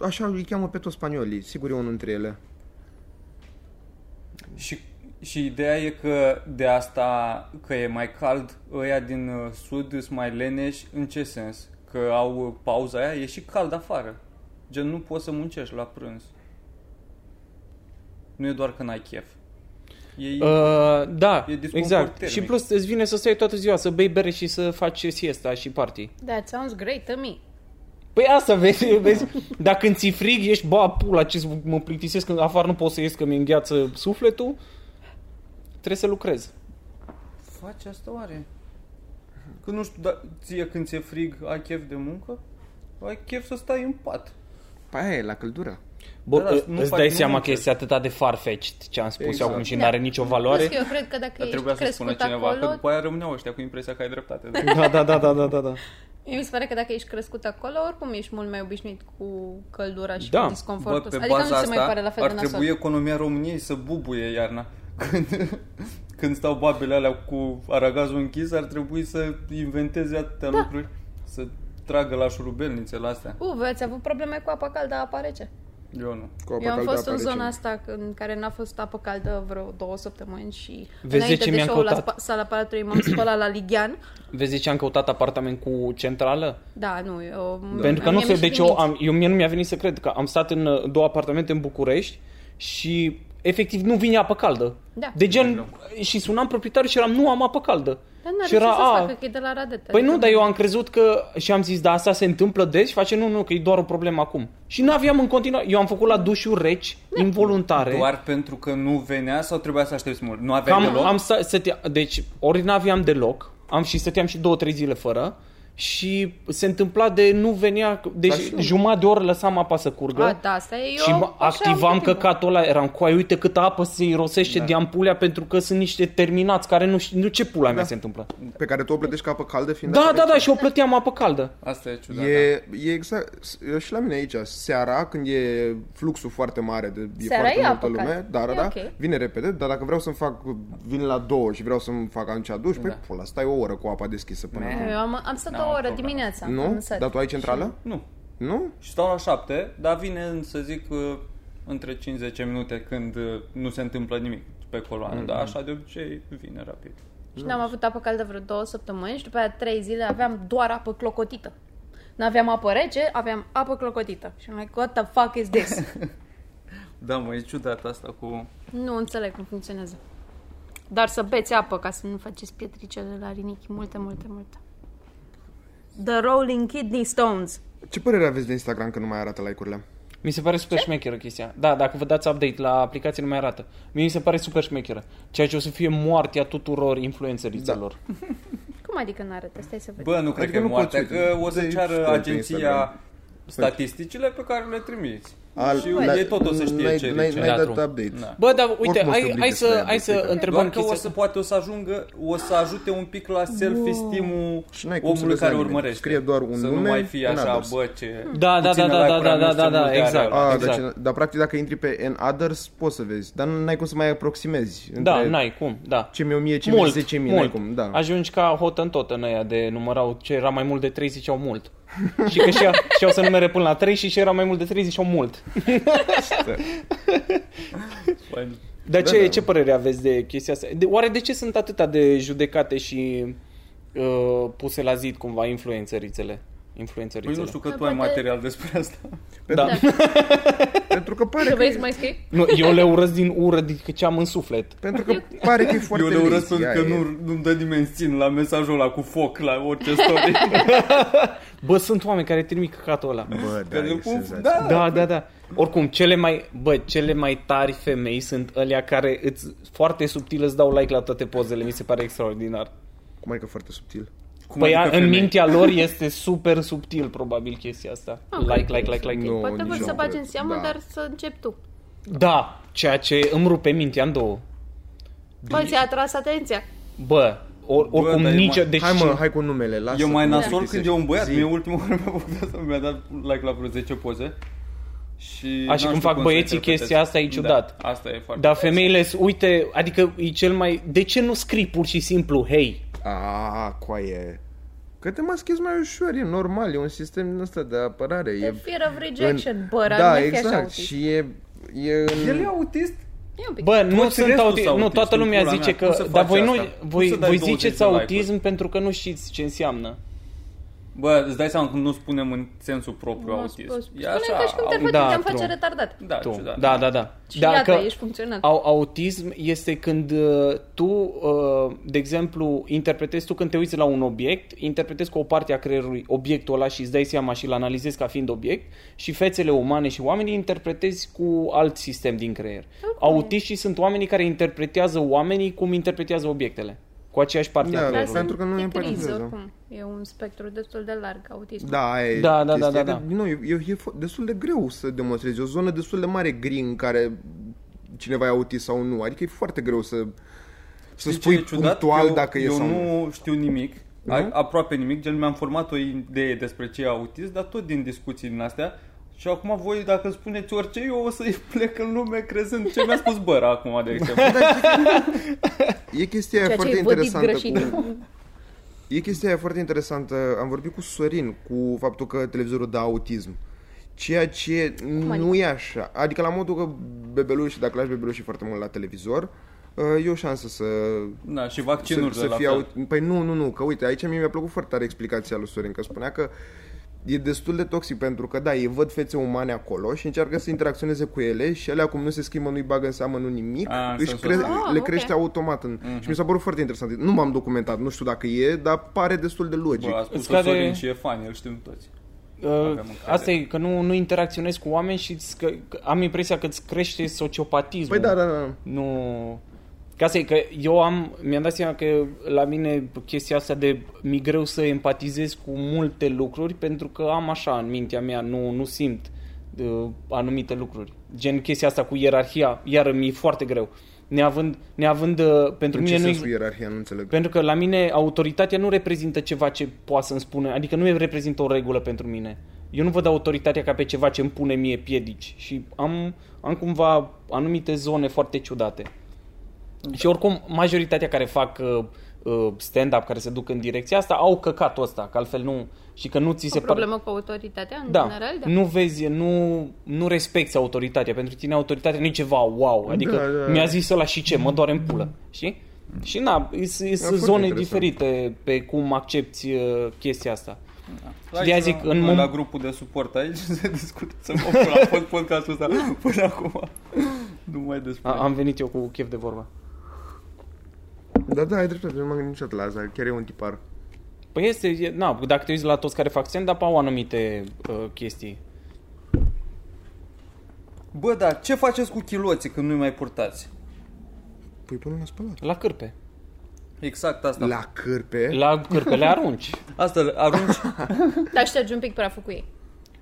S4: Așa îi cheamă pe toți spaniolii. Sigur e unul dintre ele.
S5: Și, și ideea e că de asta, că e mai cald, ăia din uh, sud sunt mai leneși, în ce sens? Că au uh, pauza aia, e și cald afară. Gen, nu poți să muncești la prânz. Nu e doar că n-ai chef. Ei, uh,
S2: Uh, da,
S5: E disconfort
S2: exact.
S5: termic.
S2: Și plus îți vine să stai toată ziua, să bei bere și să faci siesta și party.
S3: That sounds great to me.
S2: Păi asta vezi, vezi dacă îți frig, ești, ba, pula, ce să mă plictisesc, că afară nu pot să ies, că mi îngheață sufletul, trebuie să lucrez.
S5: faci asta oare? Că nu știu, dar ție când ți-e frig, ai chef de muncă? Ai chef să stai în pat.
S4: Păi aia e la căldură.
S2: Bă,
S5: Da, da, nu
S2: îți
S5: fac
S2: dai
S5: nimic.
S2: seama că este atâta de farfetched ce am spus
S4: Exact.
S2: acum și n-are nicio valoare.
S3: Plus că eu cred că dacă
S5: Dar
S3: ești
S5: trebuia să spună
S3: crescut
S5: cineva,
S3: acolo,
S5: că după aia rămâneau ăștia cu impresia că ai dreptate.
S2: Da,
S5: Da?
S2: da, da, da, da, da, da.
S3: mi se pare că dacă ești crescut acolo, oricum ești mult mai obișnuit cu căldura și
S2: Da.
S3: cu
S5: Bă,
S3: disconfortul.
S5: pe
S3: ăsta. adică
S5: baza
S3: nu se
S5: asta
S3: mai pare la fel
S5: ar
S3: de
S5: trebui
S3: nasol.
S5: economia României să bubuie iarna. Când, când stau babele alea cu aragazul închis, ar trebui să inventeze atâtea da. lucruri. Să tragă la șurubelnițe, la astea.
S3: U, voi ați avut probleme cu apa caldă, apa rece.
S5: Eu nu.
S4: Cu apă
S3: Eu am
S4: caldă
S3: fost în
S4: apare
S3: zona
S4: cel-
S3: asta în care n-a fost apă caldă vreo două săptămâni și
S2: Vezi
S3: înainte
S2: ce
S3: de
S2: mi-am
S3: show-ul la
S2: căutat?
S3: spa- sala palatului m-am spălat la Lighean.
S2: Vezi de ce am căutat apartament cu centrală?
S3: Da, nu, eu...
S2: Pentru că nu
S3: mie
S2: se,
S3: mi-e
S2: deci
S3: venit.
S2: eu, am, eu mie nu mi-a venit să cred că am stat în uh, două apartamente în București și efectiv nu vine apă caldă.
S3: Da.
S2: De gen, și sunam proprietarul și eram, nu am apă caldă.
S3: Dar n-are
S2: și
S3: ce
S2: era,
S3: să-ți
S2: a,
S3: facă, că e de la Radet.
S2: Păi
S3: adică
S2: nu, dar eu am crezut că și am zis, da, asta se întâmplă des și face, nu, nu, că e doar o problemă acum. Și nu aveam în continuare, eu am făcut la dușuri reci,
S3: Da.
S2: involuntare.
S5: Doar pentru că nu venea sau trebuia să aștepți mult? Nu aveai
S2: Cam,
S5: deloc?
S2: am sta, stătea, deci ori n-aveam deloc, am și stăteam și două, trei zile fără și se întâmpla de nu venea,
S4: Dar
S2: deci
S4: și-
S2: jumătate de oră lăsam apa să curgă.
S3: A, da, asta e eu.
S2: și mă
S3: așa am
S2: activam
S3: tot timpul.
S2: căcatul ăla, eram cu ai, uite câtă apă se irosește da. de ampulea pentru că sunt niște terminați care nu știu nu ce pula da. mea se întâmplă.
S4: Pe care tu o plătești ca apă caldă fiind
S2: Da,
S4: apă
S2: da, da,
S4: rece.
S2: și o plăteam apă caldă.
S5: Asta e ciudat. da. E...
S4: E, e exact, s- și la mine aici, seara, când e fluxul foarte mare, de, e
S3: Seara
S4: foarte
S3: e
S4: multă
S3: apă
S4: lume,
S3: caldă.
S4: da, da,
S3: E
S4: da,
S3: ok.
S4: vine repede, dar dacă vreau să-mi fac, vin la două și vreau să-mi fac atunci duș, păi pula, stai o oră cu apa deschisă până acum.
S3: Eu am, am stat
S5: N-am
S3: o oră
S5: problemă.
S3: dimineața.
S4: Nu?
S3: Am stat.
S4: Dar tu ai centrală?
S5: Nu.
S4: Nu?
S5: Și stau la șapte, dar vine, să zic, uh, între 5-10 minute când uh, nu se întâmplă nimic pe coloană. Mm-hmm. Dar așa de obicei vine rapid.
S3: Și n-am avut apă caldă vreo două săptămâni și după aia trei zile aveam doar apă clocotită. N-aveam apă rece, aveam apă clocotită. Și am like, what the fuck is this?
S5: Da, mă, e ciudat asta cu...
S3: nu înțeleg cum funcționează. Dar să beți apă ca să nu faceți pietricele la rinichi. Multe, multe, multe. The Rolling Kidney Stones.
S4: Ce părere aveți de Instagram că nu mai arată like-urile?
S2: Mi se pare super șmecheră chestia. Da, dacă vă dați update la aplicație nu mai arată. Mie mi se pare super șmecheră. Ceea ce o să fie moartea tuturor influencerițelor. Da.
S3: Cum adică n-arată? Stai să vezi.
S5: Bă, nu cred
S4: Adică
S5: că e
S4: nu
S5: moartea,
S4: poți,
S5: că o să
S4: de-
S5: ceară
S4: scroll pe
S5: agenția
S4: Instagram.
S5: statisticile pe care le trimiți.
S4: Al-
S5: și
S4: la-
S5: ei tot o să știe
S4: n-ai-
S5: ce
S4: n-ai-
S5: zice.
S4: N-ai dat
S2: Teatru.
S4: update.
S5: Da.
S2: Bă, dar uite,
S4: Oricum o să
S2: hai,
S4: oblige
S2: hai
S4: să
S2: să,
S4: le
S2: hai
S4: updatezi,
S2: să
S4: că-
S2: întrebăm
S5: Doar că o
S2: chestia.
S5: să poate o să ajungă, o să ajute un pic la self-esteem-ul
S4: Și n-ai cum să
S5: omului
S4: vezi
S5: care
S4: la nimeni.
S5: urmărește.
S4: Scrie doar un
S5: să nu
S4: nume,
S5: mai fie
S4: un
S5: așa,
S4: adres.
S5: bă, ce...
S2: Da, da,
S5: puține
S2: da, da,
S5: like-uri,
S2: da,
S5: nu
S2: da,
S5: știu
S2: da,
S5: multe are
S2: exact.
S5: ăla.
S4: A,
S2: Exact.
S4: exact. deci, dar practic dacă intri pe N Others poți să vezi, dar n-ai cum să mai aproximezi.
S2: Da,
S4: între
S2: n-ai cum, da.
S4: Ce mi-e 1000, ce mi-e
S2: Mult,
S4: 10000, n-ai
S2: mult.
S4: cum, da.
S2: Ajungi ca hot în tot în aia de numărau ce era mai mult de 30 au mult. și că și-au, și-au să numere până la 3 și ce era mai mult de 30 au mult.
S5: Fain.
S2: Dar
S4: Da,
S2: ce,
S4: da.
S2: ce părere aveți de chestia asta? De, oare de ce sunt atâta de judecate și uh, puse la zid cumva influențărițele?
S5: Păi
S2: Influențărițele.
S5: nu știu că
S3: Păi
S5: tu ai
S3: poate-
S5: material despre asta.
S2: Da.
S4: Pentru că pare
S3: Tu
S4: că,
S3: vrei să mai scrii?
S2: Nu, eu le urăsc din ură decât ce am în suflet.
S4: pentru că pare că e foarte
S5: Eu le urăsc
S4: lazy,
S5: pentru
S4: aia
S5: că
S4: e.
S5: nu, nu-mi dă dimensiuni la mesajul ăla cu foc la orice story.
S2: Bă, sunt oameni care trimit căcatul ăla.
S4: Bă, da,
S5: Că
S4: e
S5: cum-
S4: senzație.
S5: da,
S2: Da, da, da. Oricum, cele mai, bă, cele mai tari femei sunt alea care îți, foarte subtil îți dau like la toate pozele. Mi se pare extraordinar.
S4: Cum adică foarte subtil?
S5: Cum
S2: Păi
S5: adică
S2: a, în
S5: femei?
S2: mintea lor este super subtil probabil chestia asta.
S3: Ah,
S2: Like,
S3: cred
S2: like,
S3: că
S2: like, like.
S4: Nu,
S3: Poate
S4: nici
S3: vor
S4: nu
S3: să
S4: cred.
S3: bagi în seamă,
S4: Da.
S3: dar să începi tu.
S2: Da, ceea ce îmi rupe mintea în două.
S3: Bă, ți-a atras atenția.
S2: Bă, or, oricum
S5: dar e
S2: nici...
S5: mai-
S2: Deci,
S4: hai mă, hai cu numele, lasă.
S5: E mai
S4: că
S5: nasol
S4: mă
S5: când e un băiat.
S4: zi.
S5: Mie ultima oară mi-a făcut asta, mi-a dat like la vreo 10 poze.
S2: A,
S5: Și
S2: și
S5: n-am
S2: când
S5: știut
S2: fac
S5: cum să
S2: băieții
S5: interpretez.
S2: chestia asta, e ciudat.
S5: Da, asta e foarte...
S2: dar femeile, sunt- uite, adică e cel mai... De ce nu scrii pur și simplu, hei?
S4: A, coaie. Că te maschezi mai ușor, e normal, e un sistem din ăsta de apărare.
S3: E
S4: E
S3: fear of rejection, bă, ar
S4: da,
S3: mai fi așa
S4: exact.
S3: autist.
S4: Și e, e în...
S5: El e autist?
S3: E un pic.
S2: Bă, nu
S5: Toți
S2: sunt
S5: restul
S2: autism.
S5: sunt
S2: Nu,
S5: autiști,
S2: toată
S5: în
S2: lumea
S5: pula
S2: zice
S5: mea. Cum
S2: că...
S5: să
S2: Dar
S5: faci
S2: voi, nu,
S5: asta?
S2: voi,
S5: Cum să dai
S2: voi
S5: 20
S2: ziceți
S5: de like-uri?
S2: autism pentru că nu știți ce înseamnă.
S5: Bă, îți dai seama când nu spunem în sensul propriu
S3: Nu,
S5: autist.
S3: spus-
S5: E
S3: Spune
S5: așa,
S3: ca și cum te
S5: autist.
S3: faci,
S2: Da,
S3: te-am face
S2: true.
S3: retardat.
S5: Da,
S2: Tu.
S5: ciudat.
S2: Da, da, da.
S3: Și
S2: da,
S3: iată,
S2: că
S3: ești funcțional.
S2: Au, autism este când uh, tu, uh, de exemplu, interpretezi, tu când te uiți la un obiect, interpretezi cu o parte a creierului obiectul ăla și îți dai seama și îl analizezi ca fiind obiect și fețele umane și oamenii interpretezi cu alt sistem din creier. Autiștii sunt oamenii care interpretează oamenii cum interpretează obiectele. Cu aceeași parte a
S4: Da,
S2: creierului.
S4: pentru că nu
S3: e
S4: empatizează.
S3: gris, oricum. E un spectru destul de larg, autism.
S4: Da, aia e
S2: Da, da,
S4: chestia
S2: da, da,
S4: că,
S2: da.
S4: Nu, e, e, e fo- destul de greu să demonstrezi. E o zonă destul de mare gri în care cineva e autist sau nu. Adică e foarte greu să, să
S5: Știi
S4: spui
S5: ce ciudat?
S4: punctual
S5: eu,
S4: dacă e
S5: eu
S4: sau nu.
S5: nu știu nimic, a, aproape nimic, gen mi-am format o idee despre ce e autist, dar tot din discuții din astea. Și acum voi, dacă îmi spuneți orice, eu o să-i plec în lume crezând ce mi-a spus băra acum, de exemplu.
S4: Da. E chestia aia
S3: Ceea
S4: foarte
S3: ce e vădit
S4: interesantă
S3: greșit.
S4: cu... E chestia aia foarte interesantă. Am vorbit cu Sorin cu faptul că televizorul dă autism. Ceea ce nu
S3: adică?
S4: e așa. Adică la modul că bebeluși, dacă lași bebelușii foarte mult la televizor, uh, e o șansă să
S5: da, și
S4: să,
S5: vaccinul
S4: să
S5: la
S4: fie
S5: fel.
S4: aut- Păi nu, nu, nu, că uite, aici mie mi-a plăcut foarte tare explicația lui Sorin, că spunea că e destul de toxic pentru că, da, ei văd fețe umane acolo și încearcă să interacționeze cu ele și ele acum nu se schimbă, nu-i bagă în seamă, nu nimic,
S5: A, Mhm. în
S4: își
S5: sensul
S4: cre-
S5: ăsta.
S3: Ah,
S4: le
S3: ok.
S4: crește automat. În... Și mi s-a părut foarte interesant. Nu m-am documentat, nu știu dacă e, dar pare destul de logic.
S5: Bă, a spus
S2: Îți cade-
S5: Sorin și e fan, el știm toți.
S2: Uh,
S5: Avem încredere.
S2: asta e, că nu, nu interacționezi cu oameni și îți că, că am impresia că îți crește sociopatismul.
S4: Păi da, da, da.
S2: Nu... Ca să e că eu am, mi-am dat seama că la mine chestia asta de mi greu să empatizez cu multe lucruri pentru că am așa în mintea mea, nu, nu simt uh, anumite lucruri. Gen chestia asta cu ierarhia, iar mi-e foarte greu. Neavând, neavând uh, pentru
S4: În
S2: mine
S4: ce
S2: nu
S4: sens cu
S2: ex-
S4: ierarhia, nu înțeleg.
S2: pentru că la mine autoritatea nu reprezintă ceva ce poate să-mi spună, adică nu reprezintă o regulă pentru mine. Eu nu văd autoritatea ca pe ceva ce îmi pune mie piedici și am, am cumva anumite zone foarte ciudate. Și oricum, majoritatea care fac uh, uh, stand-up, care se duc în direcția asta, au căcatul ăsta, că altfel nu... Și că nu ți se
S3: O
S2: pare...
S3: problemă cu autoritatea, în
S2: Da.
S3: general, da.
S2: Nu vezi, nu, nu respecti autoritatea. Pentru tine autoritatea nu e ceva wow. Adică
S4: Da, da.
S2: mi-a zis ăla și ce, mă doare în pulă. Știi? Și na, sunt
S4: foarte
S2: zone
S4: interesant.
S2: diferite pe cum accepti uh, chestia asta.
S5: Da.
S2: de-aia zic, în
S5: la,
S2: mom-
S5: la grupul de suport aici se discută să mă pun la pod- podcastul ăsta până acum. Nu mai despre...
S2: A, am venit eu cu chef de vorba.
S4: Da, da, ai dreptate, nu m-am gândit niciodată la asta. Chiar e un tipar.
S2: Păi este, e, na, dacă te uiți la toți care fac stand-up, au anumite uh, chestii.
S5: Bă, dar ce faceți cu chiloții când nu-i mai purtați?
S4: Păi până la spălat.
S2: La cârpe.
S5: Exact asta.
S4: La cârpe?
S2: La cârpe le arunci.
S5: Asta arunci
S3: Dar ștergi un pic praful cu ei.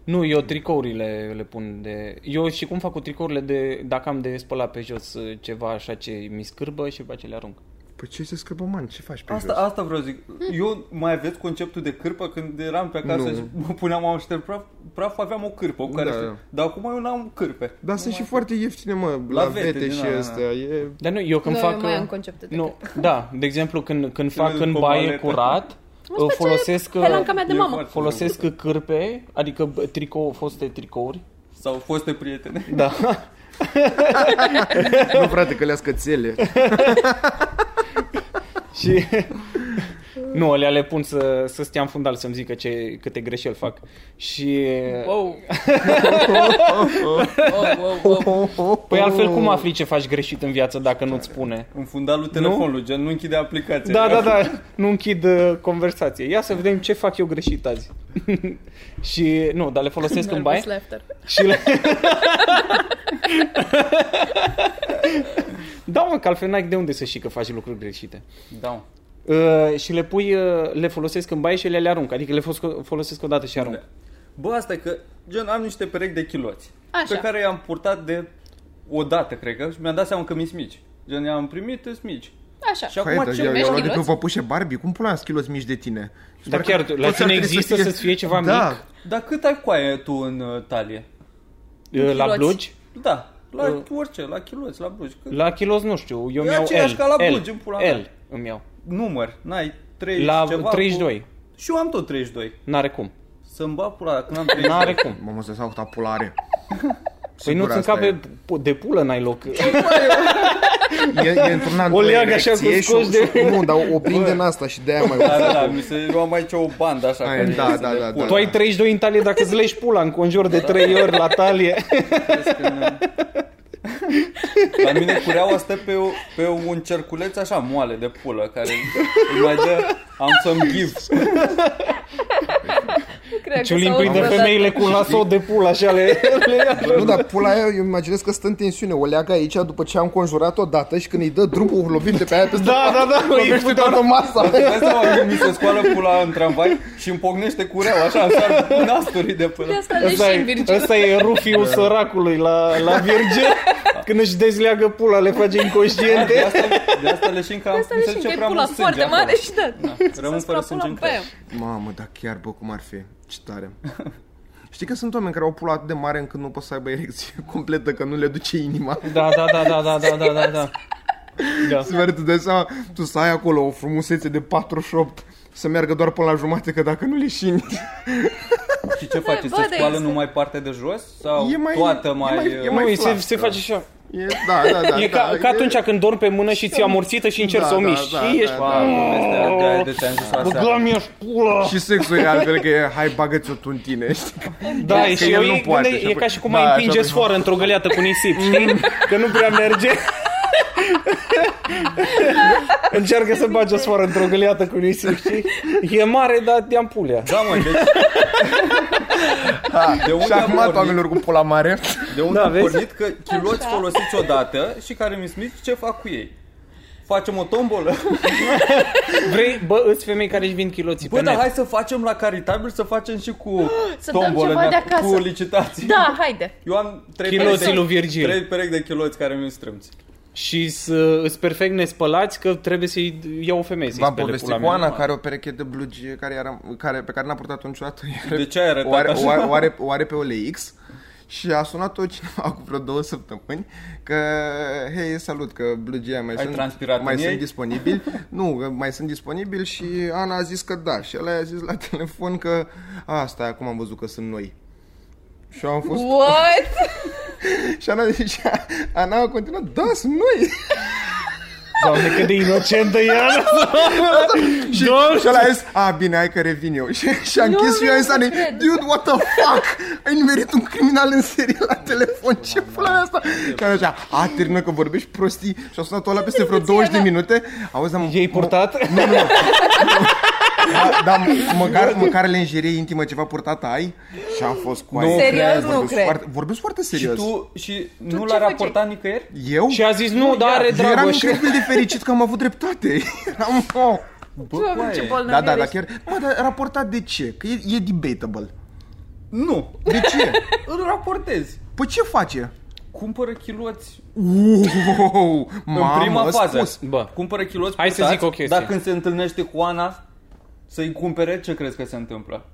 S2: Nu, eu tricourile le pun de... Eu și cum fac cu tricourile de... Dacă am de spălat pe jos uh, ceva așa ce mi scârbă și după aceea le arunc.
S4: Păi ce se scăpă, man? Ce faci pe
S5: Asta,
S4: jos?
S5: asta vreau să zic. Eu mai aveți conceptul de cârpă când eram pe acasă
S4: Nu.
S5: și mă puneam am șterg praf, praf aveam o cârpă, cu care
S4: Da,
S5: da,
S4: da.
S5: dar acum eu n-am cârpe.
S4: Dar sunt și foarte ieftine, mă, la,
S5: La
S4: vete,
S5: vete,
S4: și
S5: da, da, da.
S4: astea. E...
S2: Dar nu, eu când
S3: Nu,
S2: fac...
S3: eu mai
S2: uh,
S3: am conceptul de
S2: nu, Da, de exemplu, când, când fac
S5: duc
S2: în
S5: cu o
S2: baie
S5: maletă.
S2: curat, uh,
S3: Uite ce
S2: folosesc... uh,
S3: Helanca mea de
S5: e
S3: mamă.
S5: foarte-
S2: Folosesc cârpe, adică bă, tricou, foste tricouri.
S5: Sau foste prietene.
S2: Da.
S4: Nu, frate, că le-a scățele.
S2: și... nu, alea le pun să, să stea în fundal să-mi zică ce, câte greșeli fac. Și...
S5: Wow.
S2: Păi altfel cum afli ce faci greșit în viață dacă nu-ți spune?
S5: În fundalul telefonului, gen nu închide aplicația.
S2: Da, da, da, nu închid uh, conversație. Ia să vedem ce fac eu greșit azi. și nu, dar le folosesc în baie
S3: Nervous laughter.
S2: și le... da, mă, că altfel n-ai de unde să știi că faci lucruri greșite.
S5: da.
S2: Uh, și le pui, uh, le folosesc în baie și le, le arunc. Adică le fos- folosesc odată și arunc.
S5: Da. Bă, asta e că, gen, am niște perechi de chiloți.
S3: Așa.
S5: Pe care i-am purtat de o dată, cred că, și mi-am dat seama că mi-s mici. Gen, i-am primit, sunt mici.
S3: Așa.
S5: Și acum
S4: Hai, dar
S5: ce
S4: eu,
S3: vezi
S4: eu luat de pe
S3: chiloți?
S4: păpușe Barbie, cum pula schiloți mici de tine? Mi se
S2: Dar
S4: pare
S2: chiar,
S4: că
S2: la
S4: toți ar
S2: tine
S4: trebui să
S2: există
S4: fie-
S2: să-ți fie ceva
S4: da.
S2: mic?
S5: Dar cât ai coaie tu în uh, talie?
S2: Uh, La
S3: Chiloți.
S2: blugi?
S5: Da, la
S2: Uh.
S5: orice, la chiloți, la blugi. Cât
S2: La kilos nu știu, eu
S5: E
S2: mi-au
S5: aceeași
S2: L.
S5: ca la
S2: L,
S5: blugi, în pula mea.
S2: L îmi iau.
S5: număr, n-ai 30
S2: La
S5: ceva
S2: 32.
S5: Cu... Și eu am tot 32.
S2: N-are cum.
S5: Să-mi bag pula când am 32.
S2: N-are cum.
S4: Mamă, să sau câta pulare.
S2: Păi nu-ți
S4: asta
S2: încape pu- de pulă n-ai loc.
S4: E, e într-un an
S2: O leagă așa cu scoși de-
S4: Nu, dar o prinde în asta și de-aia mai
S5: Da, da, da, mi se... eu am aici o bandă așa.
S4: Ai,
S5: care
S4: da,
S5: este
S4: da,
S5: de
S4: da,
S5: pula.
S2: Tu ai 32 în talie dacă îți legi pula în conjur de 3 ori la talie.
S5: Vezi că nu- La mine cureaua stă pe, o- pe un cerculeț așa moale de pulă care îi mai dă am să-mi give.
S3: Cred că
S2: Ciulin
S3: s-au
S2: prinde
S3: învățat.
S2: femeile cu un lasou de pula așa le, le ia.
S6: Nu, dar pula aia, eu imaginez că stă în tensiune. O leagă aici după ce am conjurat o dată și când îi dă drumul, lovim de pe aia peste
S2: Da, da, da, îi
S6: lovește toată masa.
S5: Dai seama când mi se scoală pula în tramvai și îmi pocnește cureaua așa, îmi sar nasturii de
S3: De
S5: până.
S3: asta le
S2: Ăsta
S3: și în
S2: e,
S3: Virgil.
S2: ăsta e rufiul săracului la, la Virgil. Când își dezleagă pula, le face
S5: De
S2: inconștiente.
S5: asta, de asta leșin că
S3: De
S5: am
S3: asta
S5: mi
S3: le
S5: se
S3: și
S5: duce
S3: în
S5: prea
S3: pula
S5: mult sânge
S3: foarte
S5: acolo.
S3: mare și da.
S5: Rămân
S3: S-a
S5: fără
S3: spălat
S5: sânge în
S3: pula pe
S5: creier.
S3: aia.
S4: Mamă, dar chiar, bă, cum ar fi? Ce tare. Știi că sunt oameni care au pula atât de mare încât nu pot să aibă erecție completă, că nu le duce inima.
S2: Da, da, da, da, da, da, da, da, da. Da.
S4: Să vezi, tu dai seama, tu să ai acolo o frumusețe de 48, să meargă doar până la jumate, că dacă nu leșini,
S5: Și ce
S3: Da,
S5: face?
S3: bă,
S5: Se
S3: de
S5: scoală
S3: este.
S5: numai partea de jos? Sau
S4: E mai-
S5: toată
S4: e
S5: mai... uh,
S4: mai- e mai-
S2: Nu, se,
S4: flat,
S2: se
S4: da.
S2: face așa.
S4: e, da, da, da.
S2: E ca,
S4: da,
S2: ca atunci când dormi pe mână și ți-o amorțită și încerci
S4: Da,
S2: să o
S4: da,
S2: miști.
S4: da,
S2: Și ești...
S4: da,
S5: Da, povestea de aia de ți-am zis aseară.
S2: Băga mi pula!
S4: Și sexul e altfel că e, hai bagă-ți-o tu în tine, știi?
S2: Da,
S4: Că
S2: e, și
S4: el
S2: eu
S4: nu
S2: îi-
S4: poate,
S2: gânde-
S4: și
S2: e
S4: apoi-
S2: ca și cum
S4: Da, Mm.
S2: mai
S4: și
S2: împinge
S4: apoi-
S2: sfoară într-o găleată cu nisip, știi? Că nu prea merge. Încearcă să bagi o sfoară într-o găleată cu nisip, știi? E mare, dar de ampulea.
S5: Da, mă, deci... de unde
S4: Și
S5: am
S4: acum
S5: pornit?
S4: oamenilor cu pula mare.
S5: De unde
S2: Da,
S5: am
S2: vezi?
S5: pornit că chiloți
S3: Așa.
S5: folosiți odată și care mi smiți ce fac cu ei. Facem o tombolă?
S2: Vrei, bă, îți femei care își vin chiloții
S5: Bă,
S2: pe
S5: dar
S2: net.
S5: hai să facem la caritabil, să facem și cu
S3: Să dăm
S5: tombolă,
S3: ceva de
S5: nea-
S3: acasă.
S5: cu licitații.
S3: Da, haide.
S5: Eu am trei
S2: Chiloții
S5: perechi de-
S2: lui Virgil.
S5: Trei perechi de chiloți care mi-i strâmți.
S2: Și sunt perfect nespălați că trebuie să-i iau o femeie să-i
S4: V-am
S2: spele
S4: povestit
S2: pula
S4: cu
S2: mea.
S4: Ana, care are o pereche de blugi care, era, care, pe care n-a purtat-o niciodată.
S5: De ce ai arătat
S4: o are,
S5: așa?
S4: O are, o are, o are pe OLX și a sunat-o cineva cu vreo două săptămâni că, hei, salut, că blugia mai,
S5: Ai
S4: sunt,
S5: transpirat
S4: mai
S5: în
S4: sunt
S5: ei?
S4: disponibili. nu, că mai sunt disponibili și Ana a zis că da. Și ăla i-a zis la telefon că, asta acum am văzut că sunt noi. Și eu am fost...
S3: What?
S4: Și Ana, și Ana a continuat, da, sunt noi.
S2: Doamne, cât de inocentă e Ana!
S4: Și,
S2: Doamne!
S4: și ăla a zis, a, bine, hai că revin eu. Și, și a închis și eu a zis, Anei,
S3: cred.
S4: dude, what the fuck? Ai nimerit un criminal în serie la telefon, ce pula e asta? Și a zis, a, termină că vorbești prostii. Și a sunat ăla peste vreo 20 de minute. Auzi, am...
S2: Ei purtat?
S4: Dar măcar, măcar lingerie intimă ceva purtată ai? Și a fost cu aia.
S3: Serios, cred. nu
S4: Vorbesc
S3: cred.
S4: foarte- Vorbesc foarte
S5: Și
S4: serios.
S5: tu, și nu
S3: ce
S5: l-a
S3: făceai?
S5: raportat nicăieri?
S4: Eu?
S2: Și a zis, nu, dar are
S4: Eu eram
S2: Dragoș.
S4: incredibil de fericit că am avut dreptate. Eram, oh.
S3: Doamne, ce
S5: coaie.
S4: Da, da,
S3: bolnav
S4: da,
S3: ești.
S4: chiar. Mă, dar raportat de ce? Că e, e debatable.
S5: Nu,
S4: De ce?
S5: îl raportezi.
S4: Păi ce face?
S5: Cumpără chiloți
S4: Wow,
S5: în
S4: mamă,
S5: prima fază.
S4: Spus.
S2: Bă.
S5: Cumpără chiloți
S2: Hai să
S5: purtați,
S2: zic o chestie.
S5: Dar când se întâlnește cu Ana, să-i cumpere, ce crezi că se întâmplă?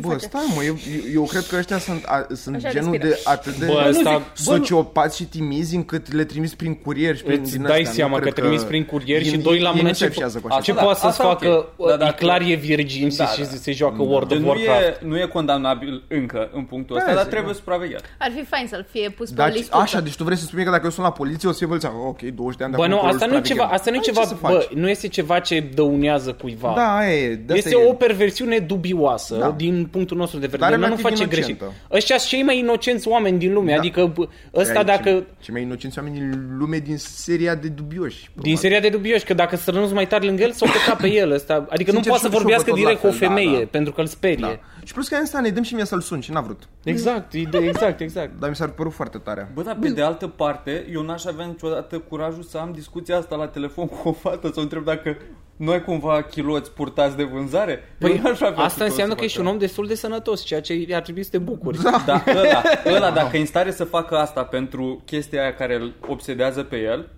S4: Bă, stai mă, eu, eu- eu cred că ăștia sunt, a, sunt
S3: Așa
S4: genul
S3: respiră.
S4: de atât de
S2: Bă, ăsta-
S4: nu zic, sociopați și timizi încât le trimis prin curier și prin
S2: Îți
S4: din
S2: dai
S4: astea, nu
S2: seama că
S4: cred
S2: trimis prin curier și
S4: ei-
S2: doi la
S4: ei
S2: mână ce,
S4: nu se afișează cu
S2: po-
S4: așa.
S2: ce
S5: Da,
S2: poate
S5: da,
S2: să-ți
S5: asta
S2: facă,
S5: ok. Da,
S2: e
S5: da,
S2: clar
S5: da.
S2: e virgin
S5: Da,
S2: și, și
S5: da.
S2: se joacă World
S5: Deci
S2: of
S5: nu
S2: Warcraft.
S5: e, nu e condamnabil încă în punctul ăsta,
S4: Da,
S5: dar
S4: zic,
S5: trebuie
S4: da.
S5: supravegheat.
S3: Ar fi fain să-l fie pus pe o
S4: Da,
S3: listă.
S4: așa, deci tu vrei să spui că dacă eu sunt la poliție o să fie poliția, ok, 20 de ani,
S2: Bă,
S4: dar
S2: nu,
S4: controlul
S2: asta nu e ceva,
S4: supraveghem.
S2: asta nu e
S4: Hai,
S2: ceva,
S4: ce să
S2: bă,
S4: faci?
S2: nu este ceva ce dăunează cuiva.
S4: Da, aia e, de asta
S2: este
S4: e.
S2: o perversiune dubioasă
S4: Da.
S2: din punctul nostru de
S4: Dar
S2: vedere. Lumea nu
S4: relativ
S2: face
S4: inocentă.
S2: greșit. Ăștia sunt cei mai inocenți oameni din lume.
S4: Da.
S2: Adică bă, ăsta
S4: Aia e
S2: dacă...
S4: cei- Cei mai inocenți oameni din lume din seria de dubioși.
S2: Din
S4: probabil.
S2: seria de dubioși, că dacă strănuți mai tare lângă el, s-o pleca pe el ăsta. Adică nu
S4: Sincer,
S2: poate să
S4: și- și eu
S2: vorbească
S4: văd tot la
S2: direct cu o
S4: fel, da,
S2: femeie,
S4: da.
S2: pentru că îl sperie.
S4: Da. Și plus că în asta ne dăm și mie să-l sun și n-a vrut.
S2: Exact, ide- exact, exact.
S4: Dar mi s-ar părut foarte tare.
S5: Bă, dar pe de altă parte, eu n-aș avea niciodată curajul să am discuția asta la telefon cu o fată, să o întreb dacă noi cumva chiloți purtați de vânzare?
S2: Păi,
S5: Eu n-aș avea
S2: asta
S5: chiloți
S2: înseamnă
S5: să
S2: că ești
S5: fac
S2: un om destul de sănătos, ceea ce ar trebui să te bucuri.
S5: asta. Da, ăla, ăla dacă e în stare să facă asta pentru chestia aia care îl obsedează pe el,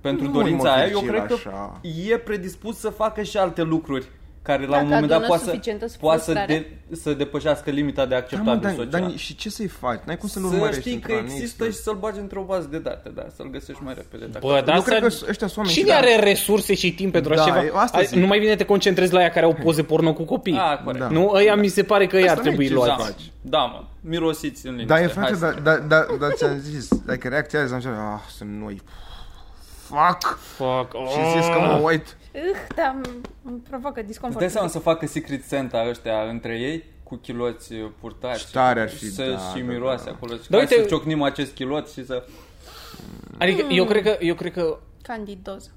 S5: pentru
S4: Nu,
S5: dorința
S4: mă,
S5: aia, eu
S4: Virgil,
S5: cred că
S4: așa.
S5: e predispus să facă și alte lucruri care la
S3: Dacă
S5: un moment dat
S3: adună
S5: poate să,
S3: suficientă
S5: poate să,
S3: frustrare.
S5: de, să depășească limita de
S4: Da, mă,
S5: acceptabil
S4: dar,
S5: social.
S4: dar și ce să-i faci? N-ai cum să-l
S5: să
S4: urmărești
S5: știi că
S4: într-un da. an,
S5: există
S4: nu
S5: și să-l bagi într-o bază de date, da, să-l găsești mai repede. Dacă
S2: Bă, dar
S4: Eu cred
S2: asta...
S4: că ăștia sunt oameni
S2: Cine
S4: și-
S2: are resurse și timp pentru
S4: Da,
S2: așa
S4: eu
S2: ceva?
S4: asta
S2: Ai-
S4: zic.
S2: Nu mai bine te concentrezi la aia care au poze porno cu copii.
S5: Ah, corect.
S4: Da.
S2: Nu? Ăia mi se pare că ei ar
S4: Asta nu e
S2: trebui
S4: ce
S5: Da,
S2: luați.
S5: mă,
S4: faci.
S5: da, mă, mirosiți în liniște.
S4: Da, e
S5: Hai
S4: frate,
S5: să-
S4: dar da, da, da, ți-am zis, dacă reacția aia ziceam, ah, sunt noi, fuck,
S2: Fuck. Oh.
S4: și zis că mă uit.
S3: Uh, da, îmi- îmi provoacă
S5: Îți dai
S3: disconfort.
S5: seama să facă Secret Santa ăștia între ei cu chiloți uh, purtați.
S4: Tare ar fi,
S5: să,
S4: da,
S5: și
S4: da,
S5: miroase
S4: da.
S5: acolo. Și
S2: Da,
S5: hai
S2: uite-
S5: să ciocnim acest chilot și să...
S2: Adică eu cred că, eu cred că
S3: Candidoză.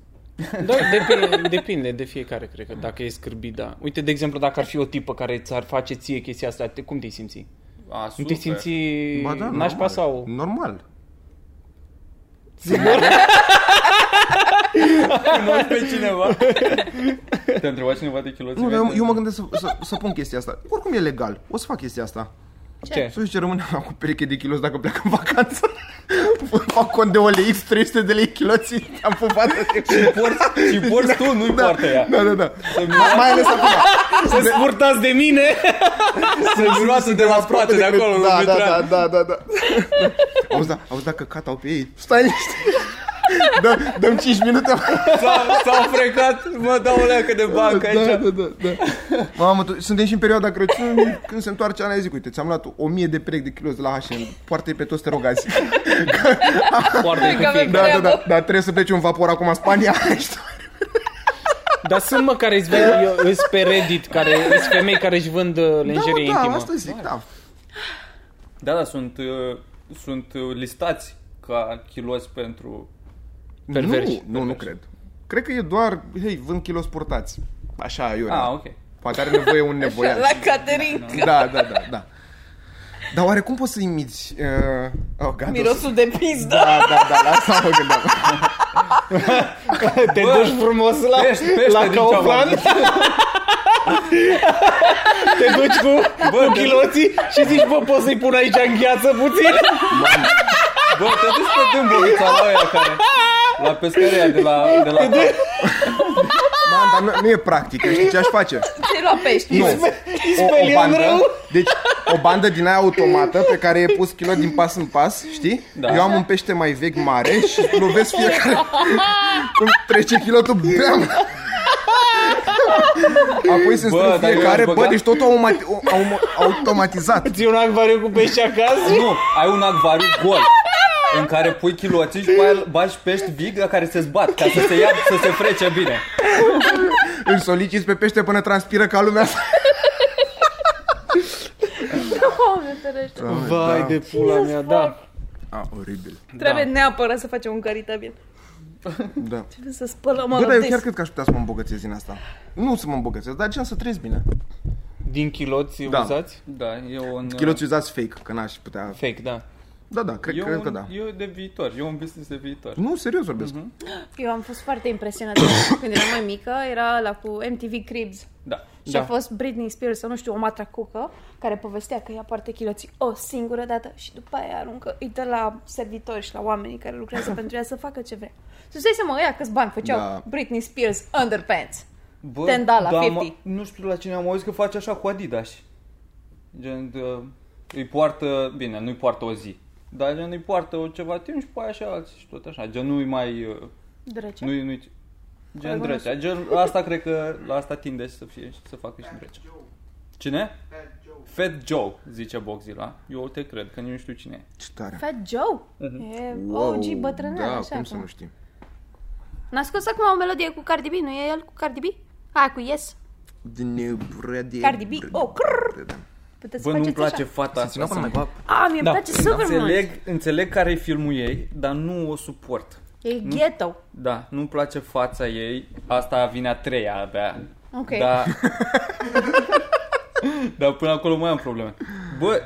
S2: Da, depinde, depinde de fiecare, cred că, dacă e scârbit, da. Uite, de exemplu, dacă ar fi o tipă care ți-ar face ție chestia asta, te, cum te-ai simți?
S5: A,
S2: Nu te
S5: super.
S2: simți Păi,
S4: Ba da,
S2: nașpa
S4: normal.
S2: sau...
S4: Normal.
S5: Cunoști pe cineva? Te-a întrebat cineva de chiloți?
S4: Nu, dar eu, eu mă gândesc să, să, să pun chestia asta. Oricum e legal, o să fac chestia asta.
S2: Ce?
S4: Să zice, rămâne la cu pereche de kilos dacă pleacă în vacanță. fac cont de OLX, 300 de lei kiloții, am pupat.
S5: Și porți, și porți tu, nu-i da. poartă ea.
S4: Da, da, da. Mai ales acum.
S2: Să spurtați de mine!
S4: Da,
S5: Să miroasă de la spate,
S4: Exact.
S5: de acolo,
S6: da,
S5: lui
S6: da,
S5: Mitran.
S6: da, da, da, da.
S4: Auzi, da, auzi dacă catau pe ei.
S6: Stai liniște.
S4: Dă, dăm 5 minute.
S5: S-au, s-au frecat, mă dau o leacă de bancă aici.
S6: Da, da, da, da.
S4: Mamă, tu, suntem și în perioada Crăciunului, când se întoarce Ana, zic, uite, ți-am luat 1000 de perechi de kilos de la H&M, poartă pe toți te rogați.
S5: Da.
S2: Foarte
S3: Că avem
S2: efectiv.
S4: Da, da,
S3: treabă.
S4: da, dar trebuie să pleci un vapor acum în Spania.
S2: Dar sunt mă care îți vând, eu, îs pe Reddit, care, îs femei care își vând uh, lenjerie
S4: da,
S2: intimă.
S4: asta zic, da.
S5: Da, da, sunt, uh, sunt uh, listați ca chiloți pentru...
S2: Perverși.
S4: Nu, nu, nu cred. Cred că e doar, hei, vând kilos purtați. Așa, eu.
S5: Ah, ok.
S4: Poate are nevoie un nevoian.
S3: La Caterin.
S4: Da, da, da, da. Dar oare cum poți să imiți? Uh, oh, gata.
S3: Mirosul de pizdă.
S4: Da, da, da, la asta mă gândeam.
S2: Te duci frumos la,
S5: Pește, pește
S2: la
S5: din ce am
S2: Kaufland. Te duci cu, bă, cu chiloții și zici, bă, poți să-i pun aici în gheață puțin?
S5: Bă, te duci pe dâmbovița la aia care... La pescăria de la... De la
S4: Man, dar nu, nu e practică, știi ce aș face?
S3: Te lua pești.
S4: Nu. O, o
S2: Ispelion
S4: bandă,
S2: rău?
S4: deci o bandă din aia automată pe care e pus kilo din pas în pas, știi?
S5: Da.
S4: Eu am un pește mai vechi mare și lovesc fiecare cum trece kilotul, bam! Apoi se
S5: Bă,
S4: strâng
S5: dar eu
S4: fiecare,
S5: aș
S4: bă,
S5: băga-
S4: deci totul automat, o- au- automatizat.
S2: Ții un acvariu cu pești acasă?
S5: Nu, ai un acvariu gol în care pui chiloții și pe aia bagi pești vii la care se zbat ca să se ia, să se frece bine.
S4: Îl soliciți pe pește până transpiră ca lumea asta.
S3: Doamne, ferește.
S2: Vai
S4: Da.
S2: de pula mea, da.
S4: A, oribil.
S3: Trebuie neapărat să facem un caritabil.
S4: Da.
S3: Trebuie să spălăm
S4: Bă, dar eu
S3: arătesc.
S4: chiar cred că aș putea să mă îmbogățesc din asta. Nu să mă îmbogățesc, dar gen să trăiesc bine.
S2: Din chiloți
S4: Da.
S2: uzați?
S5: Da, e un...
S4: Chiloți uzați fake, că n-aș putea...
S2: Fake, da.
S4: Da, da, cred,
S5: E,
S4: cred
S5: un, Mhm.
S4: că da.
S5: e de viitor, e un business de viitor.
S4: Nu, serios vorbesc.
S3: Eu am fost foarte impresionată când eram mai mică, era la cu MTV Cribs.
S5: Da.
S3: Și
S2: Da.
S3: a fost Britney Spears, sau nu știu, o matracucă, care povestea că ia parte chiloții o singură dată și după aia aruncă, îi dă la servitori și la oamenii care lucrează pentru ea să facă ce vrea. Să stai seama, ăia câți bani făceau
S4: Da.
S3: da. Britney Spears underpants.
S5: Bă,
S3: Ten dollar,
S5: da,
S3: 50.
S5: mă- nu știu la cine am auzit că face așa cu Adidas. Gen, de, îi poartă, bine, nu-i poartă o zi, dar gen îi poartă o ceva timp și pe aia și alții și tot așa. Gen, nu-i mai... uh,
S3: Drăcea.
S5: Nu-i, nu-i gen drecea. Gen, la asta cred că la asta tinde să fie și să facă și drecea. Cine? Fat Joe, zice Boxila. Eu te cred, că nici nu știu cine e.
S4: Ce tare.
S3: Fat Joe?
S5: Mhm.
S3: E OG bătrânel,
S4: da,
S3: așa
S4: cum să
S3: acum.
S4: nu știi.
S3: N-a scos acum o melodie cu Cardi B, nu e el cu Cardi B? Aia cu Yes.
S4: Din nebrădie.
S3: Cardi B, oh, crrr. Puteți
S5: Bă,
S3: să
S5: nu-mi
S3: faceți
S5: place
S3: așa.
S5: fata asta.
S4: până
S5: să-mi
S4: mai-
S5: bag.
S3: A, mi-e place super mult.
S5: Înțeleg, înțeleg care e filmul ei, dar nu o suport.
S3: E ghetto.
S5: Da, nu-mi place fața ei. Asta vine a treia abia.
S3: Ok.
S5: Da. Dar până acolo mai am probleme. Bă,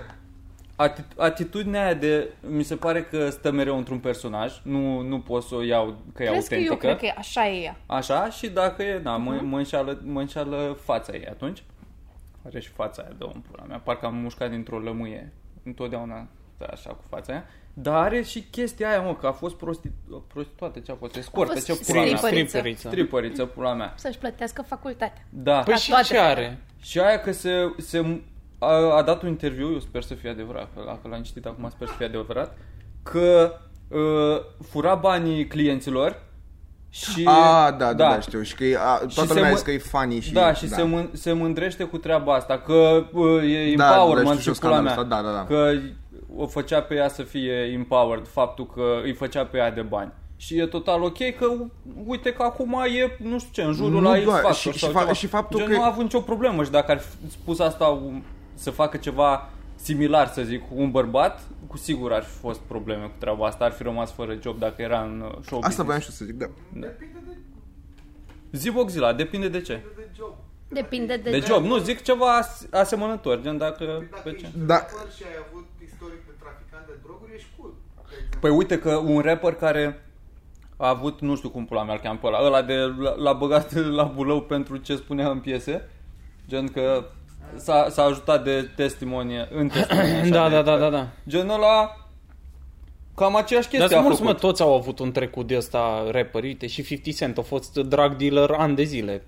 S5: ati- atitudinea aia de, mi se pare că stă mereu într-un personaj, nu, nu pot să o iau că e
S3: Crezi că eu
S5: autentică.
S3: cred că e- așa e ea.
S5: Așa, și dacă e, da, mă, mă, înșală, mă înșală fața ei atunci. Are și fața aia de om, pula mea. Parcă am mușcat dintr-o lămâie. Întotdeauna stă așa cu fața aia. Dar are și chestia aia, mă, că a fost prosti... prostituată, ce a fost? Escortă,
S3: A fost
S5: ce pula mea?
S3: stripper. Stripăriță.
S2: Stripăriță.
S5: Stripăriță, pula mea.
S3: Să-și plătească facultatea.
S5: Da.
S2: Păi
S3: La
S2: și
S3: toate.
S2: ce are?
S5: Și aia că se, se a, a dat un interviu, eu sper să fie adevărat, că dacă l-am citit acum sper să fie adevărat, că uh, fura banii clienților și...
S4: A, da, da, da, știu. Și că e, a, toată
S5: se
S4: lumea
S5: mă-
S4: zice că e funny și...
S5: da, și Se, mân- se mândrește cu treaba asta, că uh, e
S4: Da,
S5: empowerment
S4: da,
S5: și
S4: știu și eu
S5: pula mea.
S4: scandalul ăsta, da, da, da.
S5: Că o făcea pe ea să fie empowered, faptul că îi făcea pe ea de bani. Și e total ok că uite că acum e, nu știu ce, în jurul
S4: Nu
S5: la X
S4: doar,
S5: Factor
S4: și- și
S5: sau
S4: fa-
S5: ceva.
S4: și faptul
S5: Gen,
S4: că-
S5: nu a avut nicio problemă și dacă ar fi spus asta um, să facă ceva similar, să zic, cu un bărbat, cu sigur ar fi fost probleme cu treaba asta, ar fi rămas fără job dacă era în uh, show
S4: Asta voiam
S5: business.
S4: și eu să zic, da.
S5: Zi Boxila, depinde de ce.
S3: Depinde de,
S2: Deci,
S5: De
S2: da.
S5: job, Deci, nu, zic ceva as- asemănător, gen dacă...
S7: Dacă
S5: Pe ce?
S7: ești
S4: Da.
S7: rapper și ai avut istoric de traficant de droguri, ești cool. De exemplu.
S5: Păi uite că un rapper care a avut, nu știu cum pula mea îl cheamă pe ăla, ăla de l- l-a băgat la bulău pentru ce spunea în piese, gen că s-a, s-a ajutat de testimonie, în testimonie. așa,
S2: Da,
S5: de-
S2: da, da, da, da.
S5: Gen ăla, cam aceeași
S2: Dar
S5: chestie
S2: sunt
S5: a
S2: mulți,
S5: făcut.
S2: mă, toți au avut un trecut de ăsta rapper, uite, și 50 Cent a fost drug dealer ani de zile.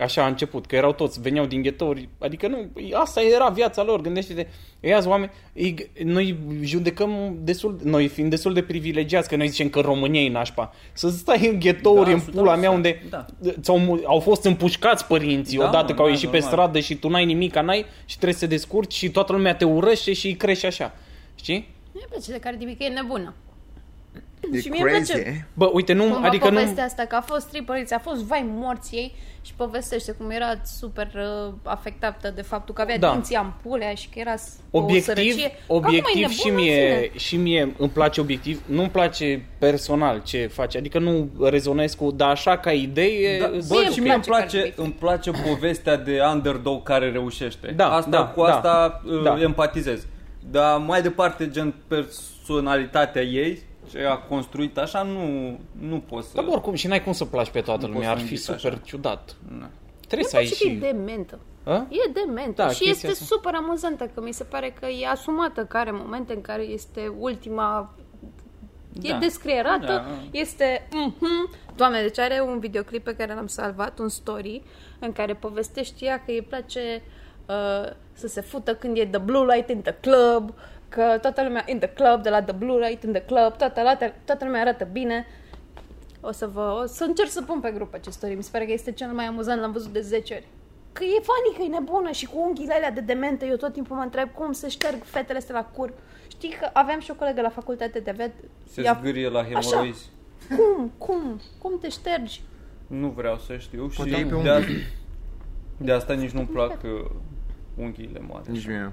S2: Așa a început, că erau toți, veneau din ghetouri, adică nu, asta era viața lor, gândește-te, ei azi oameni, ei, noi judecăm destul, noi fiind destul de privilegiați, că noi zicem că România e nașpa, să stai în ghetouri,
S5: Da,
S2: în pula
S5: 100%,
S2: mea, unde
S5: da.
S2: ți-au mu- au fost împușcați părinții
S5: Da,
S2: odată
S5: mă,
S2: că au
S5: da,
S2: ieșit pe
S5: normal.
S2: stradă și tu n-ai nimic, n-ai și trebuie să te descurci și toată lumea te urăște și îi crești așa, știi?
S3: Nu îmi place de care nimic, e nebună.
S4: E
S3: Și mie îmi
S4: crazy. eh?
S3: place
S2: Bă, uite, nu,
S3: Cumva
S2: adică nu...
S3: povestea asta, că a fost tripăriță, a fost vai morții ei și povestește cum era super uh, afectată de faptul că avea
S2: Da.
S3: da. dinții ampulea și că era s- o
S2: Obiectiv,
S3: sărăcie. Că acum e
S2: obiectiv
S3: nebună,
S2: și
S3: în
S2: mie,
S3: fine.
S2: și mie îmi place obiectiv, nu-mi place personal ce face, adică nu rezonez cu, dar așa ca idee...
S5: Da,
S2: îți-
S5: bă,
S3: Mie
S5: și
S3: îmi
S5: mie îmi
S3: place
S5: place,
S3: Cardi B.
S5: îmi place povestea de underdog care reușește.
S2: Da,
S5: asta
S2: da,
S5: cu
S2: da,
S5: asta uh,
S2: da.
S5: empatizez. Dar mai departe gen personalitatea ei ce a construit așa nu nu pot să
S2: Dar bă, oricum, și n-ai cum să placi pe toată
S5: Nu
S2: lumea,
S5: poți
S2: ar fi
S5: să înghiți
S2: super
S5: așa. Da.
S2: ciudat.
S5: Na.
S2: Trebuie să
S3: Îmi
S2: ai
S3: place că e
S2: și...
S3: dementă.
S2: A?
S3: E dementă
S2: Da,
S3: și
S2: chestia
S3: este
S2: asta.
S3: super amuzantă, că mi se pare că e asumată, că are momente în care este ultima... E
S5: Da.
S3: descrierată,
S5: Da.
S3: este... mhm. Doamne, deci are un videoclip pe care l-am salvat, un story, în care povestește ea că îi place uh, să se fută când e The Blue Light in the Club, că toată lumea in the club, de la The Blue Light in the Club, toată, toată, toată lumea arată bine. O să vă... O să încerc să pun pe grup acest story. Mi se pare că este cel mai amuzant. L-am văzut de 10 ori. Că e funny, că e nebună și cu unghiile alea de demente. Eu tot timpul mă întreb cum se șterg fetele astea la cur. Știi că aveam și o colegă la facultate de avea...
S5: se
S3: ea-
S5: zgârie la
S3: Așa.
S5: hemoroizi.
S3: Cum? Cum? Cum te ștergi?
S5: Nu vreau să știu și
S4: Poate ai pe
S5: de, a... de asta nici nu-mi plac uh, unghiile mari.
S4: Nici mie. nu.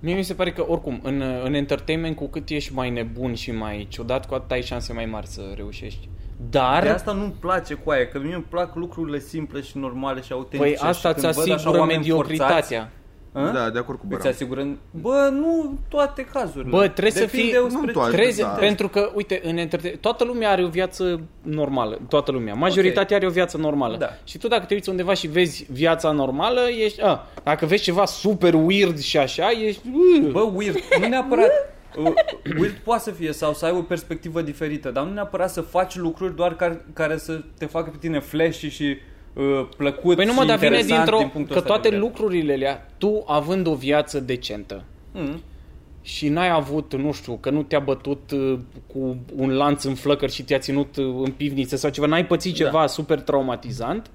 S2: Mie mi se pare că, oricum, în, în entertainment, cu cât ești mai nebun și mai ciudat, cu atât ai șanse mai mari să reușești. Dar...
S5: De asta nu-mi place cu aia, că mie îmi plac lucrurile simple și normale și autentice.
S2: Păi asta
S5: și
S2: îți
S5: când văd așa
S2: asigură
S5: oameni forțați- ă?
S2: mediocritatea.
S5: Hă?
S4: Da, de acord cu
S5: Îți
S4: Băran.
S5: asigură... Bă, nu toate cazurile.
S2: Bă, trebuie să
S5: Depinde
S2: fii-
S5: Spre...
S4: Nu toate.
S2: Treze,
S4: Da.
S2: pentru că, uite, în entertain, toată lumea are o viață normală, toată lumea. Majoritatea okay. are o viață normală.
S5: Da.
S2: Și tu dacă te uiți undeva și vezi viața normală, ești, a, dacă vezi ceva super weird și așa, ești,
S5: Bă, weird. Nu neapărat... Uh, weird poate să fie sau să ai o perspectivă diferită, dar nu neapărat să faci lucruri doar care, care să te facă pe tine flash și uh, plăcut
S2: Păi nu mă,
S5: și
S2: dar vine
S5: interesant
S2: dintr-o...
S5: din punctul
S2: că
S5: ăsta de
S2: toate
S5: vedere.
S2: lucrurile alea, tu având o viață decentă
S5: Mm.
S2: și n-ai avut, nu știu, că nu te-a bătut uh, cu un lanț în flăcări și te-a ținut uh, în pivniță sau ceva, n-ai pățit
S5: Da.
S2: ceva super traumatizant,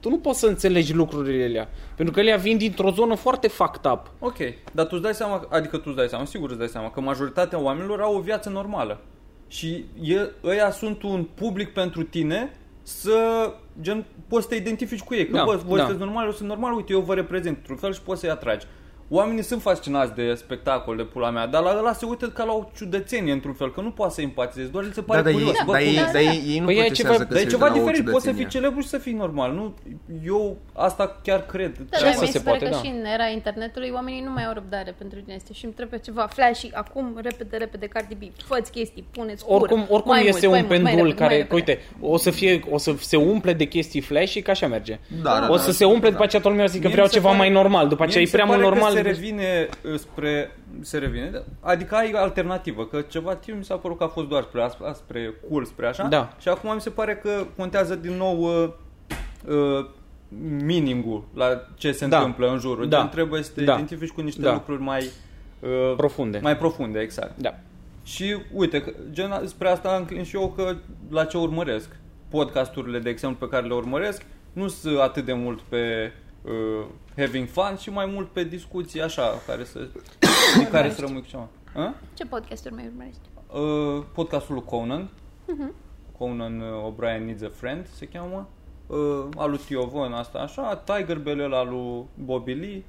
S2: tu nu poți să înțelegi lucrurile alea. Pentru că ele vin dintr-o zonă foarte fucked up.
S5: Ok, dar tu îți dai seama, adică tu îți dai seama, sigur îți dai seama, că majoritatea oamenilor au o viață normală. Și e, ăia sunt un public pentru tine să, gen, poți să te identifici cu ei. Că,
S2: Da,
S5: bă, voi
S2: da.
S5: sunteți normali, eu sunt normal, uite, eu vă reprezint într-un fel și poți să-i atragi. Oamenii sunt fascinați de spectacol, de pula mea, dar la ăla se uită ca la o ciudățenie într-un fel, că nu poate să empatizezi, doar li se pare
S4: Da, dar ei,
S5: curios. Bă,
S4: dar ei,
S5: cum-
S3: da,
S4: dar ei, ei nu
S2: Păi e
S4: procesează
S2: ceva-
S4: că
S5: dar e
S4: se
S5: ceva
S4: uită la o
S5: diferit, poți să fii
S4: ciudățenie.
S5: celebru și să fii normal. Nu, eu asta chiar cred.
S3: Da,
S2: Și
S3: dar
S2: asta
S3: mi
S2: se
S3: se pare
S2: poate,
S3: că
S2: da.
S3: și în era internetului oamenii nu mai au răbdare pentru din astea și îmi trebuie ceva flashy, acum, repede, repede, Cardi B, fă-ți chestii, puneți cură,
S2: Oricum, oricum
S3: mai
S2: este
S3: mult,
S2: un
S3: mai mult, mai
S2: pendul
S3: repede, mai
S2: care,
S3: repede.
S2: uite, o să, fie, o să se umple de chestii flash și că așa merge.
S4: Da, da,
S2: o
S4: da,
S2: să se umple,
S4: da.
S2: după aceea toată lumea zice că
S5: Mie
S2: vreau
S5: mi se
S2: ceva
S5: pare-
S2: mai normal, după
S5: mie
S2: aceea e
S5: mi se
S2: prea mult
S5: pare că
S2: normal.
S5: Se revine uh, spre... Se revine, da. adică ai alternativă, că ceva timp mi s-a părut că a fost doar spre, asta, spre cool, spre așa.
S2: Da.
S5: Și acum mi se pare că contează din nou uh, uh, meaning-ul la ce se
S2: Da.
S5: întâmplă în jurul.
S2: Da.
S5: Gen, trebuie să te
S2: Da.
S5: identifici cu niște
S2: Da.
S5: lucruri mai... Uh,
S2: Profunde.
S5: Mai profunde, exact.
S2: Da.
S5: Și uite, că, gen, spre asta înclin și eu că la ce urmăresc. Podcasturile, de exemplu, pe care le urmăresc, nu sunt atât de mult pe uh, having fun, și mai mult pe discuții așa, care să, din care să rămâi cu ceva. A?
S3: Ce podcasturi mai urmărești?
S5: Uh, podcastul lui Conan,
S3: Mhm.
S5: Conan uh, O'Brien Needs a Friend se cheamă, uh, al lui Tiovan, asta așa, Tiger Bell ăla lui Bobby Lee,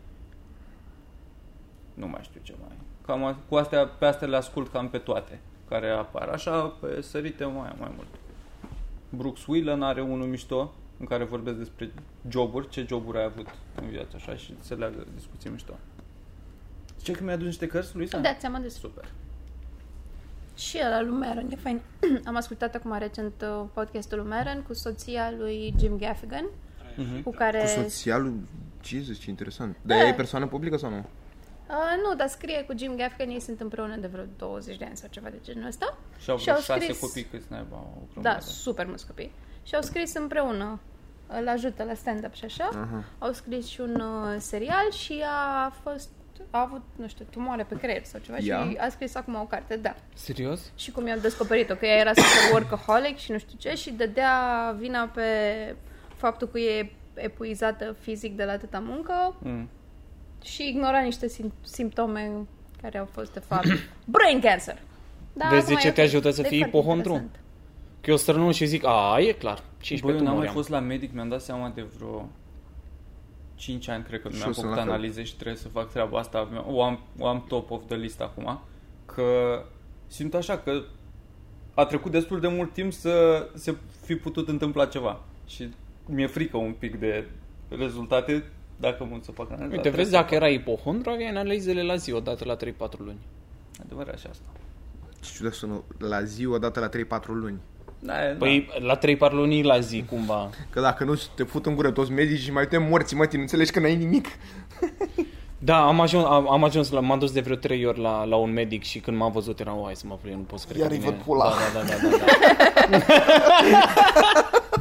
S5: nu mai știu ce mai Cam a- cu astea, pe astea le ascult cam pe toate care apar. Așa, pe sărite mai mai mult. Brooks Whelan are unul mișto în care vorbesc despre joburi, ce joburi ai avut în viață, așa, și se leagă discuții mișto. Ce că mi-ai adus niște cărți, Luisa?
S3: Da, ți-am adus.
S5: Super.
S3: Și ăla lui Maron, e fain. Am ascultat acum recent uh, podcastul lui Maron cu soția lui Jim Gaffigan, cu care...
S4: Cu socialul, Jesus, ce interesant. Dar
S3: Da.
S4: ea e persoană publică sau nu?
S3: Uh, nu, dar scrie cu Jim Gaffigan, ei sunt împreună de vreo 20 de ani sau ceva de genul ăsta.
S5: Și au
S3: Și
S5: vreo
S3: au
S5: șase
S3: scris-
S5: copii câți naiba au o
S3: Da,
S5: grămadă.
S3: super mulți copii. Și au scris împreună, îl ajută la stand-up și așa. Uh-huh. Au scris și un uh, serial și a fost a avut, nu știu, tumoare pe creier sau ceva
S4: Ea?
S3: și a scris acum o carte, da.
S2: Serios?
S3: Și cum i-am descoperit-o, că ea era super workaholic și nu știu ce și dădea vina pe faptul că e epuizată fizic de la atâta muncă
S5: Mm.
S3: și ignora niște sim- simptome care au fost de fapt brain cancer. Da,
S2: Vezi
S3: acum
S2: de ce
S3: e
S2: te
S3: ok.
S2: ajută să
S3: Dar e
S2: fii
S3: foarte
S2: ipohondru?
S3: interesant.
S2: Că eu strănul și zic, a, e clar, 15
S5: Băi, eu n-am mai
S2: tumori am.
S5: fost la medic, mi-am dat seama de vreo 5 ani, cred că
S4: Și
S5: mi-am
S4: eu sunt
S5: făcut
S4: la fel.
S5: analize și trebuie să fac treaba asta. O am, o am top of the list acum. Că simt așa că a trecut destul de mult timp să se fi putut întâmpla ceva. Și mi-e frică un pic de rezultate dacă mă să fac analiza.
S2: Uite,
S5: Trebuie
S2: vezi,
S5: să
S2: dacă
S5: fac.
S2: era ipohondru, aveai analizele la zi, odată la 3-4 luni.
S5: Adevărat și asta.
S4: Ce ciudat sună la zi, odată la 3-4 luni.
S5: Da, e-
S2: Păi, la 3-4 luni la zi, cumva.
S4: Că dacă nu, te fut în gură toți medicii și mai te morți, mă, tine, înțelegi că n-ai nimic.
S2: Da, am ajuns, am, am ajuns la, m-am dus de vreo 3 ori la, la un medic și când m-a văzut era, "Oh, hai să mă plin, nu pot să cred
S6: Iar
S2: că
S6: îi
S2: mine-
S6: văd pula."
S2: Da, da, da, da, da.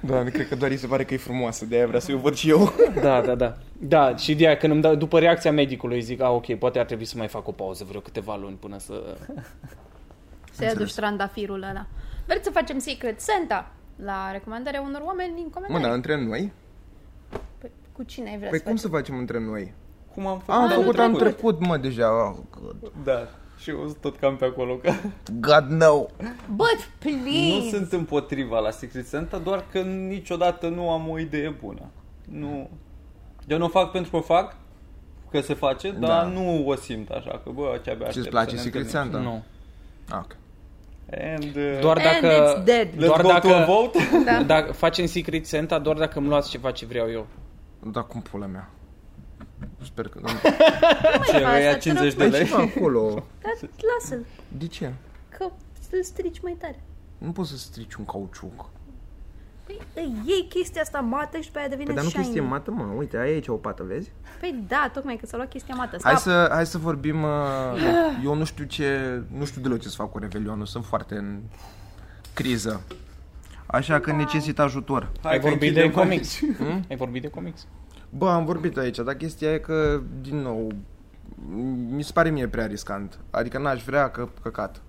S4: Da, nu cred că doar îi se pare că e frumoasă, de-aia vrea să-i o văd și eu.
S2: Da, da, da. Da, și de aia, când îmi dau, după reacția medicului zic, a, ok, poate ar trebui să mai fac o pauză vreo câteva luni până să...
S3: Să-i aduci trandafirul ăla. Vreți să facem Secret Santa? La recomandarea unor oameni din
S4: Mă,
S3: comentarii.
S4: dar între noi?
S3: Păi, cu cine ai vrea
S4: Păi
S3: să
S4: cum
S3: faci?
S4: să facem între noi?
S5: da. cum am făcut?
S4: Am
S5: anul
S4: făcut anul
S5: trecut?
S4: trecut, mă, deja. Oh, God.
S5: Da. Și eu sunt tot cam pe acolo că...
S4: God, no.
S3: But, please!
S5: Nu sunt împotriva la Secret Santa, doar că niciodată nu am o idee bună. Nu. Eu nu o fac pentru că o fac, că se face, da. dar
S4: Da.
S5: nu o simt așa, că bă, ce abia
S4: Ce-ți
S5: aștept
S4: place
S5: să ne
S4: Secret
S5: întâlnim.
S4: Santa?
S2: Nu.
S4: Ah, ok.
S5: And, uh,
S2: Doar
S3: And
S2: dacă...
S3: it's dead.
S5: let's
S2: Doar
S5: go to a
S2: dacă...
S5: vote.
S3: Da.
S2: Dacă facem Secret Santa doar dacă îmi luați ceva ce vreau eu.
S4: Da, cum pula mea? Sper că...
S5: Ce,
S3: faci,
S5: ia
S3: să
S5: 50 de
S3: trăim.
S5: lei?
S4: Ceva acolo.
S3: Dar Da, lasă-l,
S4: De ce?
S3: că să strici mai tare.
S4: Nu poți să strici un cauciuc.
S3: Păi, îi iei chestia asta mată și pe aia devine
S4: Păi, dar nu
S3: shiny.
S4: chestie mată, mă. Uite, ai aici o pată, vezi?
S3: Păi da, tocmai că s-a luat chestia mată. Stop.
S4: Hai să, hai să vorbim... uh, Eu nu știu ce... Nu știu deloc ce să fac cu Revelionul. Sunt foarte în criză. Așa că necesită ajutor.
S2: Ai
S5: că
S2: vorbit de
S5: închidem
S2: comics. Ai vorbit de comics.
S4: Bă, am vorbit aici, dar chestia e că, din nou, m- mi se pare mie prea riscant. Adică n-aș vrea că căcat.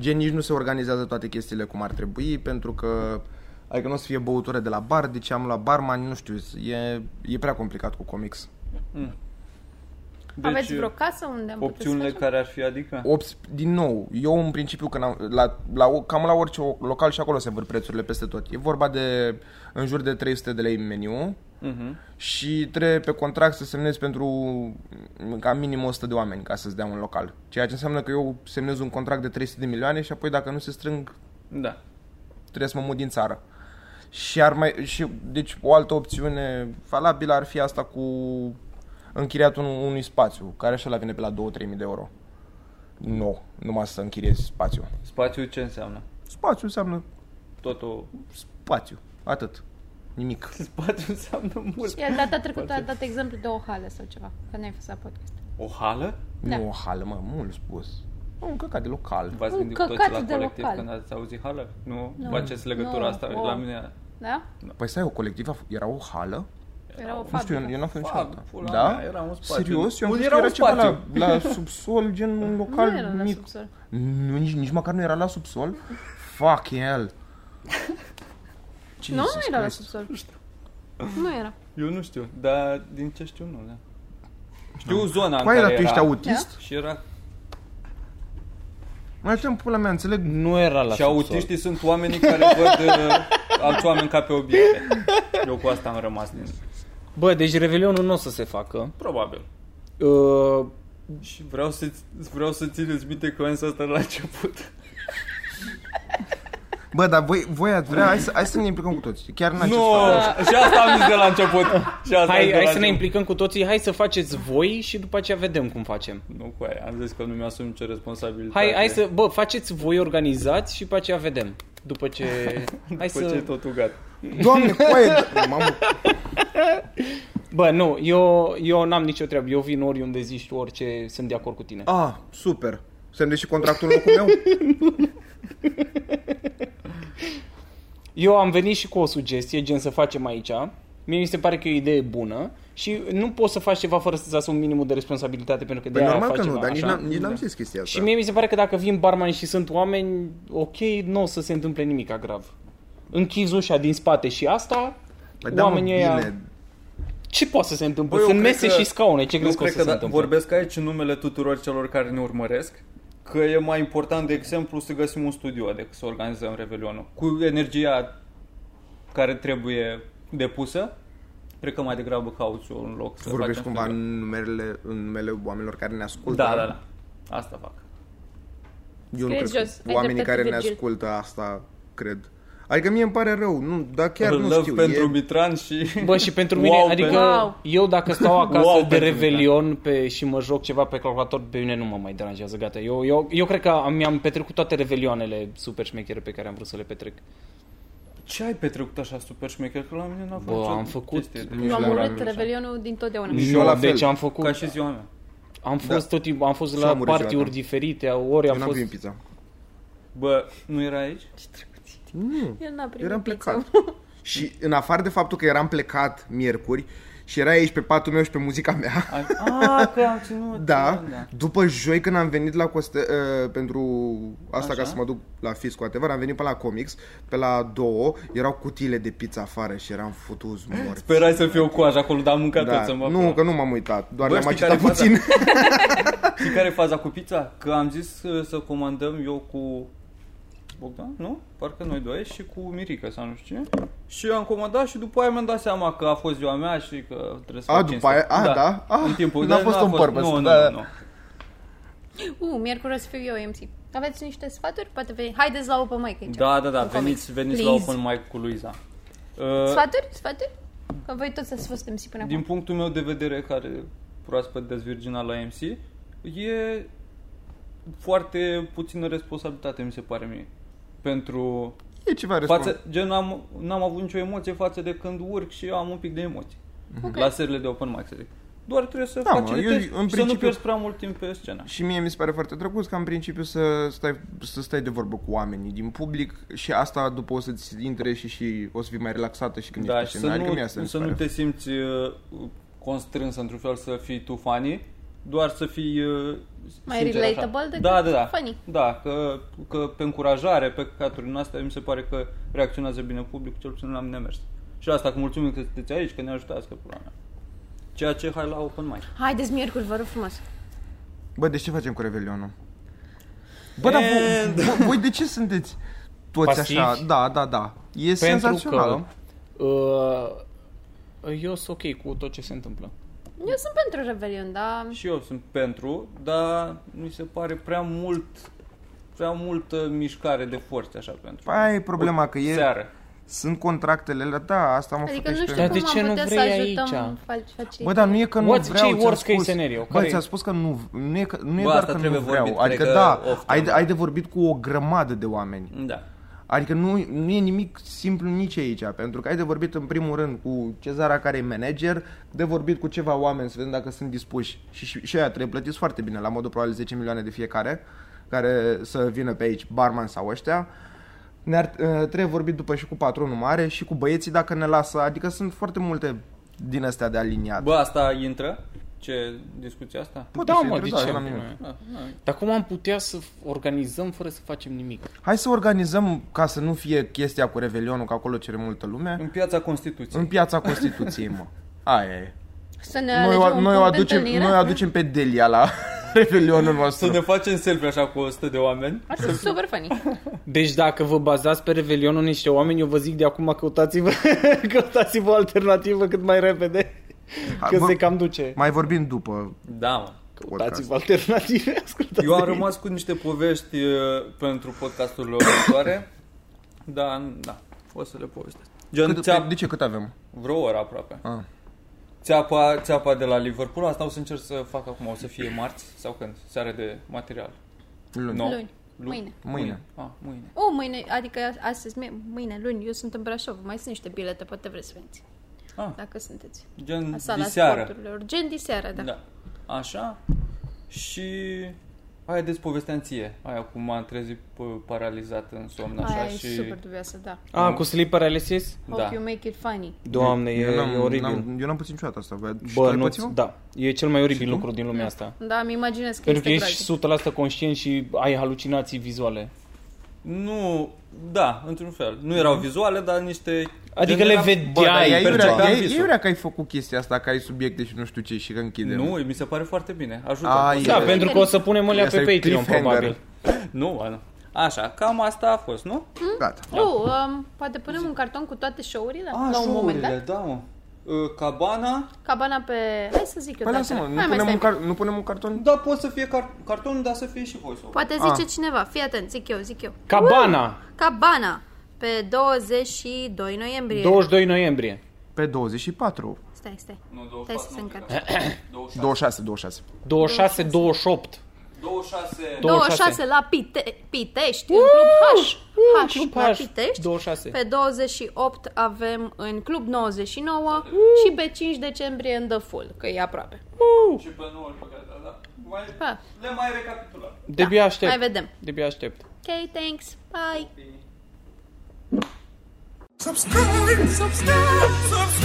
S4: Gen, nici nu se organizează toate chestiile cum ar trebui, pentru că adică nu o să fie băutură de la bar, de ce am la barman, nu știu, e, e prea complicat cu comics.
S5: Deci,
S3: Aveți vreo casă unde am
S5: opțiunile
S3: putea să
S5: care ar fi, adică?
S4: Ops, din nou, eu în principiu, când am, la, la, o- cam la orice o- local și acolo se văd prețurile peste tot. E vorba de în jur de 300 de lei meniu, și trebuie pe contract să semnezi pentru ca minim 100 de oameni ca să-ți dea un local. Ceea ce înseamnă că eu semnez un contract de 300 de milioane și apoi dacă nu se strâng
S5: Da.
S4: trebuie să mă mut din țară. Și ar mai, și, deci o altă opțiune valabilă ar fi asta cu închiriatul unui, unui spațiu, care și la vine pe la 2-3 mii de euro. Nu, numai să închiriezi spațiu.
S5: Spațiu ce înseamnă?
S4: Spațiu înseamnă
S5: Totul.
S4: spațiu, atât. Nimic.
S5: Spațiu înseamnă mult.
S3: Iar data trecută a dat exemplu de o hală sau ceva, că n-ai fost la podcast.
S5: O hală?
S3: Da.
S4: Nu o hală, mă, mult spus. Un căcat de local.
S5: V-ați
S3: Un
S5: gândit
S3: căcat
S5: toți la
S3: de
S5: colectiv
S3: local.
S5: când ați auzit hală? Nu? nu. Faceți legătura
S3: Nu.
S5: asta
S3: Wow.
S5: la mine?
S3: Da?
S4: Păi stai, o colectivă era o hală?
S3: Era o
S4: Nu știu, eu,
S3: fabrică.
S4: eu n-am fost niciodată.
S5: pula
S4: Da?
S5: mea, era un spațiu.
S4: Serios? Eu am
S5: Un-
S4: crezut
S5: era
S4: că era
S5: un
S4: ceva la,
S5: spațiu.
S4: la subsol, gen un local
S3: Nu era la
S4: mic.
S3: subsol.
S4: Nu, nici, nici măcar nu era la subsol? Fuck el.
S3: Nu, nu
S4: Jesus
S3: era la
S4: Christ.
S3: subsol. Nu era.
S5: Eu nu știu, dar din ce știu nu, da. Știu zona
S4: Păi,
S5: în care
S4: dar
S5: era.
S4: tu ești autist?
S5: Și era
S3: Da.
S4: Mai atent, pula mea, înțeleg.
S2: Nu era la
S5: Și
S2: subsol.
S5: autiștii sunt oamenii care văd uh, alți oameni ca pe obiecte. Eu cu asta am rămas din...
S2: Bă, deci Revelionul nu o să se facă.
S5: Probabil.
S2: Uh,
S5: Și vreau să, vreau să țineți minte că am zis asta la început.
S4: Bă, dar voi, voi ați vrea, hai să, hai să ne implicăm cu toți. Chiar n-am ce să fac.
S5: Și asta am zis de la început. Și asta am
S2: hai
S5: zis de
S2: hai
S5: la
S2: să ne
S5: început.
S2: implicăm cu toții, hai să faceți voi și după aceea vedem cum facem.
S5: Nu cu aia, am zis că nu mi-asum nicio responsabilitate.
S2: Hai, hai
S4: Exact.
S2: să, bă, faceți voi, organizați și după aceea vedem. După ce... Hai
S5: După ce e
S2: să...
S5: totul gata.
S6: Doamne, coaie, mamă,
S2: Bă, nu, eu, eu n-am nicio treabă. Eu vin oriunde zici tu orice, sunt de acord cu tine.
S4: Ah, super. Semnezi și contractul în locul meu?
S2: Eu am venit și cu o sugestie, gen să facem aici. Mie mi se pare că e o idee bună și nu poți să faci ceva fără să-ți asumi minimul de responsabilitate pentru că de
S4: Păi
S2: aia
S4: normal
S2: faci
S4: că nu,
S2: ceva,
S4: dar nici
S2: așa?
S4: n-am, nici n-am zis chestia asta.
S2: Și mie mi se pare că dacă vin barmani și sunt oameni, ok, nu o să se întâmple nimic grav. Închizi ușa din spate și asta,
S4: Păi da, mă,
S2: oamenii ăia...
S4: bine.
S2: Ce poate să se întâmple?
S5: Bă, eu
S2: Sunt
S5: cred
S2: mese
S5: că-
S2: și scaune, ce
S5: Nu
S2: crezi că o
S5: cred
S2: să
S5: că
S2: se
S5: da,
S2: întâmple?
S5: vorbesc aici în numele tuturor celor care ne urmăresc că e mai important, de exemplu, să găsim un studio decât să organizăm Revelionul. Cu energia care trebuie depusă, cred că mai degrabă cauți un loc să
S4: Vorbești
S5: facem
S4: cumva
S5: studio.
S4: în numerele, în numele oamenilor care ne ascultă.
S5: Da, da, da. Asta fac.
S4: Eu nu
S3: Scrie
S4: cred
S3: jos,
S4: că
S3: ai
S4: oamenii
S3: dreptate,
S4: care ne
S3: Virgil.
S4: ascultă asta, cred. Adică mie îmi pare rău, nu, dar chiar
S5: Chiar
S4: nu
S5: Love
S4: știu.
S5: pentru
S4: e...
S5: Mitran și...
S2: Bă, și pentru mine,
S5: Wow,
S2: adică
S5: pentru-
S3: Wow.
S2: eu dacă stau acasă
S5: Wow,
S2: wow, de
S5: pentru mine. da.
S2: Revelion pe, și mă joc ceva pe calculator, pe mine nu mă mai deranjează, gata. Eu, eu, eu cred că am, mi-am petrecut toate Revelioanele super șmechere pe care am vrut să le petrec.
S5: Ce ai petrecut așa super șmecher? Că la mine n-a fost
S2: Bă,
S5: nicio
S2: am făcut-
S5: chestie de-
S4: Nici
S3: Eu am
S4: la
S3: urât
S4: mine.
S3: Revelionul din totdeauna.
S4: Nici eu
S2: Nu,
S4: la fel.
S2: deci am făcut...
S5: Ca și da. ziua mea.
S2: Am fost tot timpul, am fost
S4: Și
S2: la
S4: am urât
S2: partiuri
S4: ziua ta.
S2: diferite, ori
S4: Eu
S2: am
S4: n-am
S2: fost...
S4: primit pizza.
S5: Bă, nu era aici?
S3: El n-a primit
S4: Eram
S3: pizza.
S4: plecat. Și în afară de faptul că eram plecat miercuri și era aici pe patul meu și pe muzica mea,
S5: Ai... A, că am ținut.
S4: da, după joi când am venit la Coste, uh, pentru asta Așa? ca să mă duc la Fis cu adevăr, am venit pe la Comics, pe la două, erau cutiile de pizza afară și eram futuz mort.
S5: Sperai să fiu coajă acolo, dar am mâncat tot să mă
S4: Da. nu, că nu m-am uitat, doar
S5: Bă,
S4: ne-am
S5: știi
S4: agitat
S5: care e faza?
S4: puțin.
S5: Știi care e faza cu pizza? Că am zis uh, să comandăm eu cu Bogdan, nu? Parcă noi doi și cu Mirica sau nu știu ce. Și am comandat și după aia mi-am dat seama că a fost ziua mea și că trebuie să
S4: A,
S5: fac
S4: după
S5: cinste.
S4: aia- a, da? A,
S5: în timpul,
S4: n-a
S5: dar
S4: fost
S5: n-a
S4: un purpose,
S5: Nu, nu,
S4: da.
S5: nu, nu.
S3: Uh, miercuri o să fiu eu MC. Aveți niște sfaturi? Poate veni. Haideți la Open Mic aici.
S5: Da, da, da,
S3: În comics.
S5: veniți, veniți la
S3: Please.
S5: open mic cu Luiza. Uh,
S3: Sfaturi? Sfaturi? Că voi toți ați fost MC până
S5: din
S3: acum.
S5: punctul meu de vedere, care proaspăt dezvirginat la MC, e foarte puțină responsabilitate, mi se pare mie. Pentru
S4: E ceva respons.
S5: Față, gen, n-am, n-am avut nicio emoție față de când urc și eu am un pic de emoții.
S3: Ok.
S5: Okay. La serile de open mic, să zic. Doar trebuie să
S4: Da, mă,
S5: facilitezi
S4: eu, în
S5: și să
S4: principiu-
S5: nu pierzi prea mult timp pe scenă.
S4: Și mie mi se pare foarte drăguț ca în principiu să stai, să stai de vorbă cu oamenii din public și asta după o să-ți intre și, și o să fii mai relaxată și când
S5: Da,
S4: ești
S5: și
S4: pe scenă.
S5: să
S4: Adică
S5: nu,
S4: mie asta mi se
S5: să nu
S4: pare.
S5: te simți uh, constrâns într-un fel să fii tu funny, doar să fii uh,
S3: Mai
S5: sincer, așa.
S3: relatable decât
S5: da, da, da.
S3: funny.
S5: Da, că, că pe încurajare, pe căcaturi în astea, mi se pare că reacționează bine publicul, cel puțin l-am nemers. Și asta, că mulțumim că sunteți aici, că ne ajutați, că pula mea. Ceea ce hai la open mic.
S3: Haideți miercuri, vă rog frumos.
S4: Bă, deci ce facem cu Revelionul? Bă, dar voi, voi, voi de ce sunteți toți
S2: Pasivi?
S4: așa? Da, da, da. E
S2: Pentru
S4: senzațional.
S2: că uh, Eu sunt ok cu tot ce se întâmplă.
S3: Eu sunt pentru Revelion, da? dar...
S5: Și eu sunt pentru, dar mi se pare prea mult prea multă mișcare de forțe așa pentru.
S4: Aia e Păi, problema, că e...
S5: Seară.
S4: Sunt contractele alea, da, asta mă
S3: Adică nu
S4: fătește.
S3: știu
S2: Dar
S3: cum
S2: de ce
S3: am
S2: nu
S3: putea să
S2: vrei
S3: ajutăm
S2: aici?
S3: faci- facilitatea.
S4: Bă, dar nu e că nu
S2: What's-
S4: vreau,
S2: ce-i
S4: ți-am
S2: worst case
S4: spus.
S2: scenario?
S4: Bă,
S2: Care-i?
S4: ți-am spus că nu, nu e, că, nu e
S5: Bă,
S4: doar
S5: asta
S4: că nu
S5: trebuie
S4: vreau.
S5: vorbit,
S4: adică
S5: cred că
S4: da,
S5: off
S4: ai,
S5: cam.
S4: ai de vorbit cu o grămadă de oameni.
S5: Da.
S4: Adică nu, nu e nimic simplu nici aici, pentru că ai de vorbit în primul rând cu Cezara care e manager, de vorbit cu ceva oameni să vedem dacă sunt dispuși și, și, și aia trebuie plătiți foarte bine, la modul probabil 10 milioane de fiecare, care să vină pe aici, barman sau ăștia. Ne-ar, uh, trebuie vorbit după și cu patronul mare și cu băieții dacă ne lasă, adică sunt foarte multe din astea de aliniat.
S5: Bă, asta intră? Ce discuția asta? Ah,
S4: Poate
S2: da,
S4: să
S2: mă,
S4: intre,
S2: de
S4: da,
S2: ce?
S4: la
S2: nu?
S4: mine.
S2: Dar cum am putea să organizăm fără să facem nimic?
S4: Hai să organizăm, ca să nu fie chestia cu Revelionul, că acolo cere multă lume,
S5: În piața Constituției.
S4: în piața Constituției, mă. Aia e.
S3: Să ne
S4: Noi,
S3: alegem
S4: o,
S3: Deci un
S4: noi, o
S3: punct de
S4: aducem,
S3: întâlnire?
S4: noi o aducem pe Delia la Revelionul nostru.
S5: Să ne facem selfie așa cu 100 de oameni.
S3: Ar fi super funny.
S2: Deci dacă vă bazați pe Revelionul niște oameni, eu vă zic de acum căutați-vă, căutați-vă o alternativă cât mai repede.
S4: Hai,
S2: Că
S4: bă,
S2: se cam duce.
S4: Mai vorbim după
S5: Da, mă.
S2: Căutați-vă alternative,
S4: Da.
S2: ascultați
S5: Eu am rămas cu niște povești uh, pentru podcastul următoare. Da, n- da. O să le povestesc. Gen,
S4: Cât, păi,
S5: țea-
S4: pe, de ce cât avem?
S5: Vreo oră aproape.
S4: Ah.
S5: Țeapa, țeapa de la Liverpool, asta o să încerc să fac acum, o să fie marți sau când? Seară de material.
S4: Luni.
S5: No.
S3: Luni. Mâine.
S4: Mâine.
S5: Ah, mâine.
S3: O, mâine, adică astăzi, mie- mâine, luni, eu sunt în Brașov. Mai sunt niște bilete, poate vreți să veniți.
S5: Ah.
S3: Dacă sunteți.
S5: Gen
S3: Asta la
S5: diseară.
S3: sporturilor. Gen diseară, da.
S5: Da. Așa. Și... Aia dezpovesteam ție. Aia cum m-am trezit p- paralizat în somn așa
S3: Aia
S5: și...
S3: e super dubioasă, da.
S2: A, Ah, cu sleep paralysis?
S3: Hope
S5: Da.
S3: you make it funny.
S2: Doamne, e,
S4: eu n-am,
S2: e oribil.
S4: n-am, eu n-am pățit niciodată asta. Bă, și tu
S2: Bă,
S4: ai
S2: nu,
S4: pățit, mă?
S2: da. E cel mai oribil lucru din lumea asta.
S3: Da, mi imaginez că
S2: Pentru că
S3: este
S2: ești 100% conștient și ai halucinații vizuale.
S5: Nu, da, într-un fel.
S4: Mm-hmm.
S5: Nu erau vizuale, dar niște...
S2: Adică
S5: gen
S2: le
S5: eram-
S2: vedeai,
S5: Bă, dar
S4: Ai
S5: ei
S4: iurea,
S2: Da,
S5: percepeam
S4: ai,
S5: visul.
S4: iurea că ai făcut chestia asta, că ai subiecte și nu știu ce și că închidem.
S5: Nu, mi se pare foarte bine. Ajută.
S4: Ai,
S5: O să-
S2: Da,
S4: E-
S2: pentru că o să punem alea
S4: Asta
S2: pe
S4: e
S2: Patreon,
S4: cliffhanger.
S2: probabil.
S5: Nu, Ana. Așa, cam asta a fost, nu?
S4: Gata.
S3: Oh, um, poate punem un carton cu toate show-urile
S5: A,
S3: la un moment dat.
S5: da, mă. Uh, Cabana,
S3: Cabana pe... Hai să zic eu
S4: Păi
S3: data.
S4: lasă-mă, nu
S3: Da, Hai, mai
S4: punem, un
S3: stai.
S4: car- nu punem un carton?
S5: da, poate să fie car- carton, dar să fie și voice-over.
S3: Poate zice cineva, fii atent, zic eu, zic eu.
S2: Cabana,
S3: Cabana, pe 22 noiembrie.
S2: 22 noiembrie.
S4: Pe 24.
S3: Stai, stai.
S5: Nu,
S3: Stai să
S5: 24,
S3: se
S5: nu,
S3: încarce.
S5: 26.
S4: 26, 26.
S2: 26, 28.
S5: 26.
S3: 26 la Pite- Pitești, în Club H. H,
S2: Club
S3: la
S2: H,
S3: Pitești.
S2: 26.
S3: Pe 28 avem în Club 99 și pe 5 decembrie în The Full, că e aproape.
S5: Și pe 9 pe care, da, da. Mai,
S3: Ha.
S5: le mai recapitulăm.
S2: De-abia aștept.
S3: Mai vedem.
S2: De-abia aștept.
S3: Ok, thanks, bye!
S1: Subscribe, subscribe, subscribe.